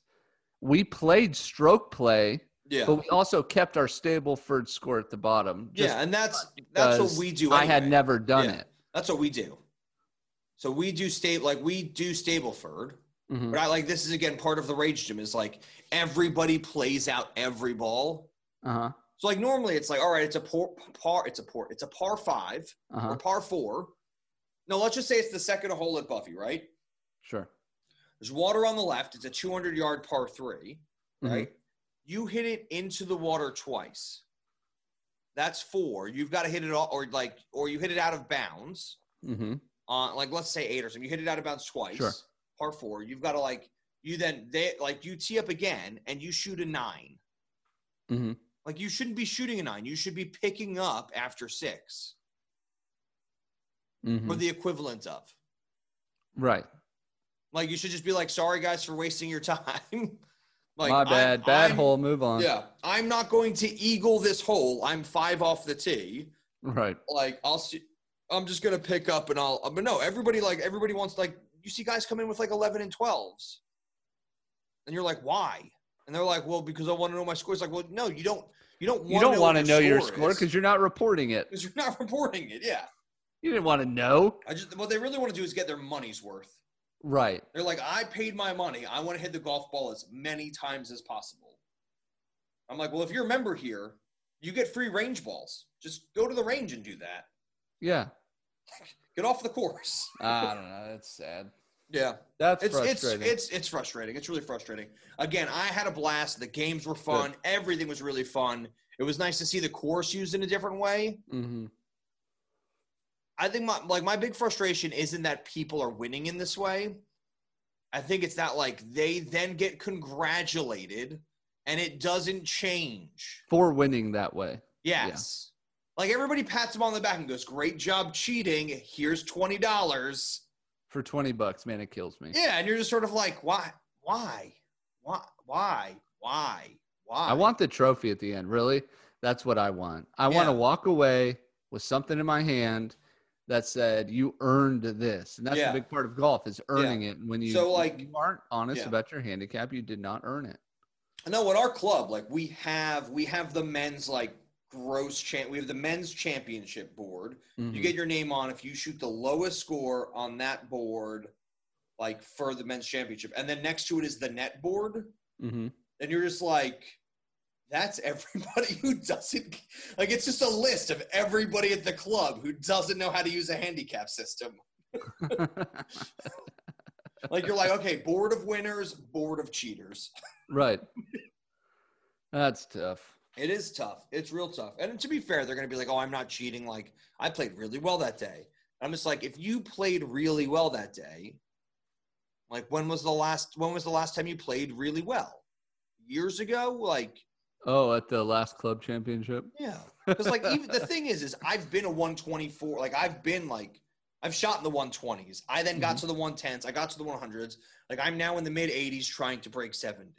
Speaker 3: we played stroke play,
Speaker 2: yeah.
Speaker 3: but we also kept our Stableford score at the bottom. just
Speaker 2: yeah, and that's that's what
Speaker 3: because
Speaker 2: we do.
Speaker 3: I had
Speaker 2: anyway.
Speaker 3: never done
Speaker 2: Yeah.
Speaker 3: it.
Speaker 2: That's what we do. So we do state like we do Stableford,
Speaker 3: Mhm.
Speaker 2: but I like this is again part of the rage gym is like everybody plays out every ball.
Speaker 3: Uh-huh.
Speaker 2: So like normally it's like all right, it's a por, par, it's a par, it's a par five
Speaker 3: Uh-huh.
Speaker 2: or par four. No, let's just say it's the second hole at Buffy, right?
Speaker 3: Sure.
Speaker 2: There's water on the left. It's a 200 yard par three,
Speaker 3: Mhm.
Speaker 2: right? You hit it into the water twice. That's four. You've got to hit it all, or like, or you hit it out of bounds
Speaker 3: Mhm.
Speaker 2: on, like, let's say eight or something. You hit it out of bounds twice,
Speaker 3: Sure.
Speaker 2: par four. You've got to like, you then they like you tee up again and you shoot a nine.
Speaker 3: Mhm.
Speaker 2: Like you shouldn't be shooting a nine. You should be picking up after 6
Speaker 3: Mhm.
Speaker 2: or the equivalent of.
Speaker 3: Right.
Speaker 2: Like you should just be like, sorry guys for wasting your time. like
Speaker 3: My
Speaker 2: I'm-
Speaker 3: bad. Bad
Speaker 2: I'm-
Speaker 3: hole. Move on.
Speaker 2: Yeah, I'm not going to eagle this hole. I'm five off the tee.
Speaker 3: Right.
Speaker 2: Like I'll see. I'm just gonna pick up and I'll. But no, everybody like everybody wants like you see guys come in with like 11 and 12s, and you're like, why? And they're like, well, because I want to know my score. It's like, well, no, you don't. You don't.
Speaker 3: You don't want to know your
Speaker 2: is,
Speaker 3: score because you're not reporting it.
Speaker 2: 'cause you're not reporting it. Yeah.
Speaker 3: You didn't want to know.
Speaker 2: I just what they really want to do is get their money's worth.
Speaker 3: Right.
Speaker 2: They're like, I paid my money. I want to hit the golf ball as many times as possible. I'm like, well, if you're a member here, you get free range balls. Just go to the range and do that.
Speaker 3: Yeah.
Speaker 2: Get off the course.
Speaker 3: I don't know. That's sad.
Speaker 2: Yeah,
Speaker 3: That's
Speaker 2: it's it's
Speaker 3: frustrating.
Speaker 2: it's it's frustrating. It's really frustrating. Again, I had a blast. The games were fun. Everything was really fun. It was nice to see the course used in a different way.
Speaker 3: hmm
Speaker 2: I think my like my big frustration isn't that people are winning in this way. I think it's that like they then get congratulated and it doesn't change.
Speaker 3: For winning that way.
Speaker 2: Yes. Like everybody pats him on the back and goes, Great job cheating. Here's twenty dollars.
Speaker 3: For 20 bucks, man, it kills me.
Speaker 2: Yeah, and you're just sort of like, Why why? Why why? Why? Why?
Speaker 3: I want the trophy at the end. Really? That's what I want. I want to
Speaker 2: Yeah.
Speaker 3: walk away with something in my hand that said, you earned this. And that's
Speaker 2: Yeah.
Speaker 3: a big part of golf is earning it. When you,
Speaker 2: So,
Speaker 3: if
Speaker 2: like-
Speaker 3: you aren't honest
Speaker 2: Yeah.
Speaker 3: about your handicap, you did not earn it.
Speaker 2: No, at our club, like we have we have the men's like gross champ we have the men's championship board. You
Speaker 3: Mhm.
Speaker 2: get your name on if you shoot the lowest score on that board, like for the men's championship. And then next to it is the net board.
Speaker 3: Mhm.
Speaker 2: And you're just like, that's everybody who doesn't like it's just a list of everybody at the club who doesn't know how to use a handicap system.
Speaker 3: Mm-hmm.
Speaker 2: Like you're like, okay, board of winners, board of cheaters.
Speaker 3: right. That's tough.
Speaker 2: It is tough. It's real tough. And to be fair, they're going to be like, oh, I'm not cheating. Like, I played really well that day. I'm just like, if you played really well that day, like when was the last when was the last time you played really well? Years ago? Like,
Speaker 3: Oh, at the last club championship.
Speaker 2: yeah. Because like even the thing is, is I've been a 124, like I've been like I've shot in the 120s. I then got to the 110s. I got to the 100s. Like I'm now in the mid 80s trying to break 70.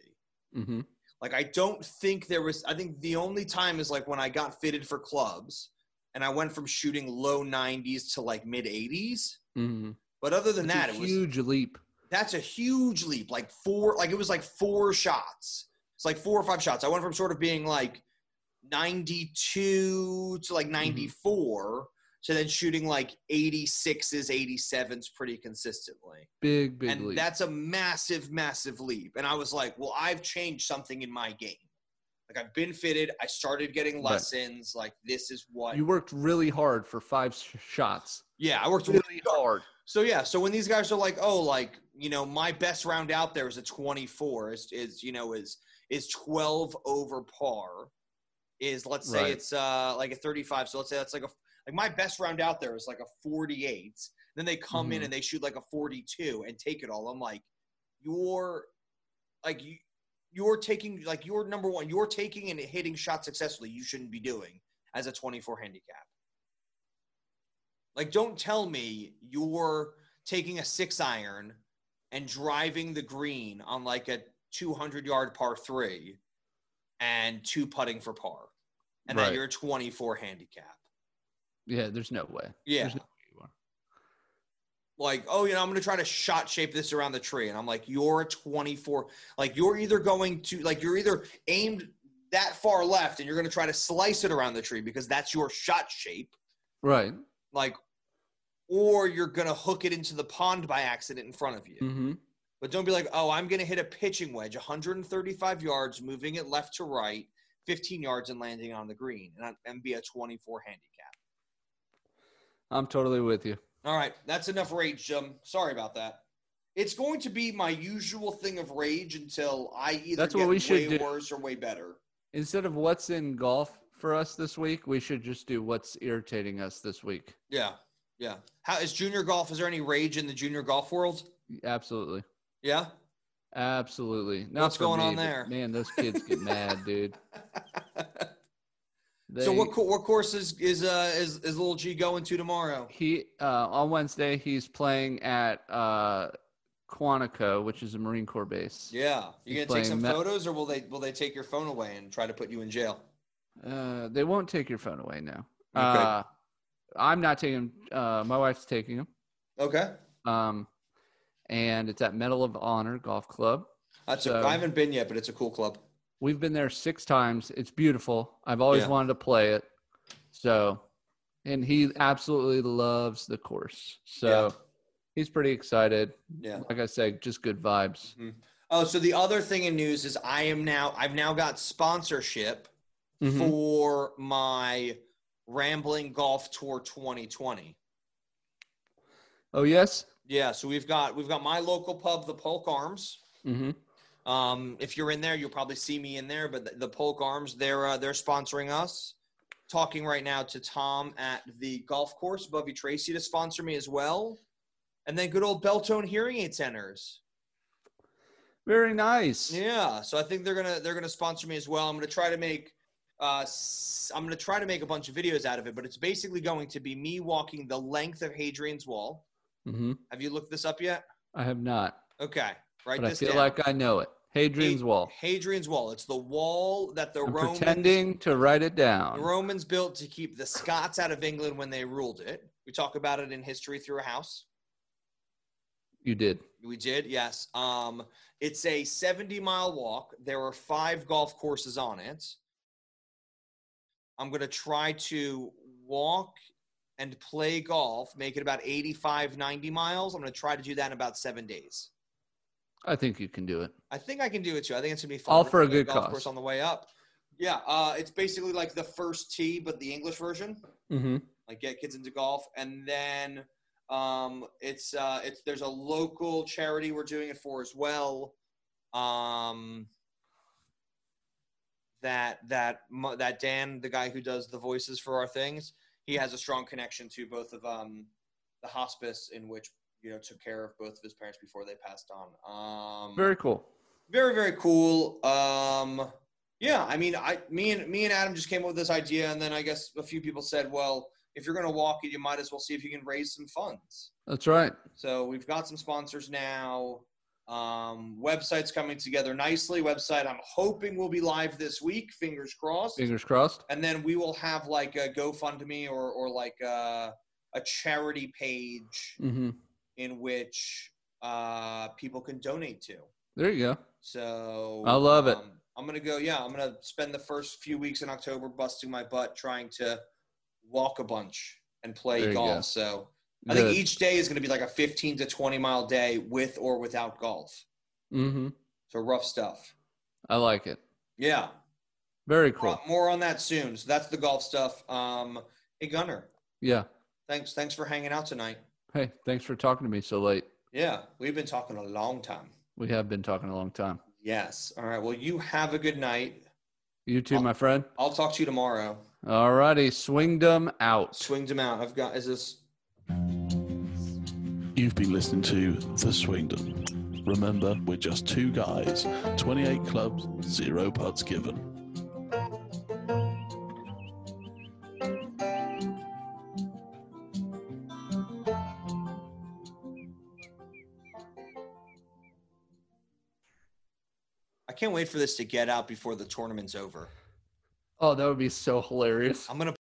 Speaker 3: Mm-hmm.
Speaker 2: Like I don't think there was. I think the only time is like when I got fitted for clubs, and I went from shooting low 90s to like mid 80s.
Speaker 3: Mm-hmm.
Speaker 2: But other than that, it was
Speaker 3: huge leap.
Speaker 2: that's a huge leap. Like four, like it was like four shots. It's like four or five shots. I went from sort of being like 92 to like 94 to then shooting like 86s, 87s pretty consistently.
Speaker 3: Big, big
Speaker 2: and
Speaker 3: leap.
Speaker 2: that's a massive, massive leap. And I was like, well, I've changed something in my game. Like I've been fitted. I started getting
Speaker 3: Right.
Speaker 2: lessons. Like this is what.
Speaker 3: you worked really hard for five sh- shots.
Speaker 2: yeah, I worked
Speaker 3: Really hard.
Speaker 2: So yeah, so when these guys are like, oh, like you know, my best round out there is a twenty-four, is is you know is is twelve over par, is let's say
Speaker 3: Right.
Speaker 2: it's uh like a thirty-five. So let's say that's like a like my best round out there is like a forty-eight. Then they come in
Speaker 3: Mhm.
Speaker 2: and they shoot like a forty-two and take it all. I'm like, you're like you. You're taking like you're number one. You're taking and hitting shots successfully. You shouldn't be doing as a 24 handicap. Like, don't tell me you're taking a six iron and driving the green on like a 200 yard par three and two putting for par. And
Speaker 1: Right.
Speaker 2: that you're a 24 handicap.
Speaker 3: Yeah, there's no way.
Speaker 2: Yeah.
Speaker 3: There's no way you are.
Speaker 2: Like, oh, you know, I'm going to try to shot shape this around the tree. And I'm like, you're a 24. Like, you're either going to, like, you're either aimed that far left and you're going to try to slice it around the tree because that's your shot shape.
Speaker 3: Right.
Speaker 2: Like, or you're going to hook it into the pond by accident in front of you.
Speaker 3: Mm-hmm.
Speaker 2: But don't be like, oh, I'm going to hit a pitching wedge 135 yards, moving it left to right, 15 yards, and landing on the green, and, I- and be a 24 handicap.
Speaker 3: I'm totally with you.
Speaker 2: All right, that's enough rage, Jim. Sorry about that. It's going to be my usual thing of rage until I either
Speaker 3: That's
Speaker 2: get
Speaker 3: what we should
Speaker 2: way
Speaker 3: do.
Speaker 2: worse or way better.
Speaker 3: Instead of what's in golf for us this week, we should just do what's irritating us this week.
Speaker 2: Yeah, yeah. How is junior golf? Is there any rage in the junior golf world?
Speaker 3: Absolutely.
Speaker 2: Yeah.
Speaker 3: Absolutely. Not
Speaker 2: What's
Speaker 3: for
Speaker 2: going
Speaker 3: me,
Speaker 2: on
Speaker 3: but
Speaker 2: there?
Speaker 3: Man, those kids get mad, dude. They,
Speaker 2: so what co- what course is is uh is is little G going to tomorrow?
Speaker 3: He uh, on Wednesday he's playing at uh, Quantico, which is a Marine Corps base.
Speaker 2: Yeah,
Speaker 3: He's
Speaker 2: you gonna
Speaker 3: playing
Speaker 2: take some
Speaker 3: Met-
Speaker 2: photos, or will they will they take your phone away and try to put you in jail?
Speaker 3: Uh, they won't take your phone away now.
Speaker 2: Okay.
Speaker 3: Uh, I'm not taking him. Uh, my wife's taking him.
Speaker 2: Okay,
Speaker 3: Um, and it's at Medal of Honor Golf Club.
Speaker 2: that's a,
Speaker 3: So-
Speaker 2: I haven't been yet, but it's a cool club.
Speaker 3: We've been there six times. It's beautiful. I've always
Speaker 2: Yeah.
Speaker 3: wanted to play it. So, and he absolutely loves the course. So
Speaker 2: Yeah.
Speaker 3: he's pretty excited.
Speaker 2: Yeah.
Speaker 3: Like I said, just good vibes.
Speaker 2: Oh, so the other thing in news is I am now I've now got sponsorship Mm-hmm.
Speaker 3: Mhm.
Speaker 2: for my Rambling Golf Tour 2020.
Speaker 3: Oh, yes.
Speaker 2: Yeah, so we've got we've got my local pub, the Polk Arms.
Speaker 3: Mm-hmm.
Speaker 2: Um, if you're in there, you'll probably see me in there. But the, the Polk Arms, they're uh, they're sponsoring us. Talking right now to Tom at the golf course, Bubby Tracy to sponsor me as well, and then good old Beltone Hearing Aid Centers.
Speaker 3: Very nice.
Speaker 2: Yeah, so I think they're gonna they're gonna sponsor me as well. I'm gonna try to make uh, s- I'm gonna try to make a bunch of videos out of it, but it's basically going to be me walking the length of Hadrian's Wall.
Speaker 3: Mm-hmm.
Speaker 2: Have you looked this up yet?
Speaker 3: I have not,
Speaker 2: Okay, write
Speaker 3: but I
Speaker 2: this
Speaker 3: feel
Speaker 2: down.
Speaker 3: like I know it. Hadrian's
Speaker 2: Had-
Speaker 3: Wall.
Speaker 2: Hadrian's Wall. It's the wall that the
Speaker 3: I'm
Speaker 2: Romans
Speaker 3: pretending to write it
Speaker 2: The
Speaker 3: down.
Speaker 2: Romans built to keep the Scots out of England when they ruled it. We talk about it in history through a house.
Speaker 3: You did.
Speaker 2: We did, yes. Um, it's a 70 mile walk. There are five golf courses on it. I'm going to try to walk and play golf, make it about 85, 90 miles. I'm going to try to do that in about seven days.
Speaker 3: I think you can do it.
Speaker 2: I think I can do it too. I think it's going to be fun.
Speaker 3: All
Speaker 2: We're gonna
Speaker 3: for a
Speaker 2: play
Speaker 3: good
Speaker 2: golf
Speaker 3: cause.
Speaker 2: course on the way up. Yeah, uh, it's basically like the first tee, but the English version.
Speaker 3: Mm-hmm.
Speaker 2: like get kids into golf and then um, it's uh, it's there's a local charity we're doing it for as well um, that that mo- that Dan the guy who does the voices for our things he has a strong connection to both of um, the hospice in which you know took care of both of his parents before they passed on um,
Speaker 3: Very cool.
Speaker 2: very very cool um yeah i mean i me and me and adam just came up with this idea and then i guess a few people said well if you're going to walk it, you might as well see if you can raise some funds.
Speaker 3: That's right.
Speaker 2: So we've got some sponsors now. Um, website's coming together nicely. Website I'm hoping will be live this week. Fingers crossed.
Speaker 3: Fingers crossed.
Speaker 2: and then we will have like a GoFundMe or or like a, a charity page
Speaker 3: Mm-hmm.
Speaker 2: in which uh, people can donate to.
Speaker 3: There you go.
Speaker 2: So
Speaker 3: I love it.
Speaker 2: um, I'm gonna go. Yeah, I'm gonna spend the first few weeks in October busting my butt trying to walk a bunch and play
Speaker 3: There you
Speaker 2: golf.
Speaker 3: go.
Speaker 2: So I
Speaker 3: Good.
Speaker 2: think each day is gonna be like a 15 to 20 mile day with or without golf.
Speaker 3: mm-hmm.
Speaker 2: So rough stuff.
Speaker 3: I like it.
Speaker 2: Yeah,
Speaker 3: Very cool.
Speaker 2: More- more on that soon. So that's the golf stuff. Um, hey Gunner,
Speaker 3: Yeah.
Speaker 2: thanks thanks for hanging out tonight.
Speaker 3: Hey, thanks for talking to me so late.
Speaker 2: Yeah, we've been talking a long time.
Speaker 3: We have been talking a long time.
Speaker 2: Yes. All right. Well, you have a good night.
Speaker 3: You too,
Speaker 2: Oh.
Speaker 3: my friend.
Speaker 2: I'll talk to you tomorrow.
Speaker 3: All righty. Swingdom out.
Speaker 2: Swing them out. I've got. Is this?
Speaker 1: You've been listening to The Swingdom. Remember, we're just two guys, 28 clubs, zero putts given.
Speaker 2: I can't wait for this to get out before the tournament's over.
Speaker 3: Oh, that would be so hilarious.
Speaker 2: I'm gonna.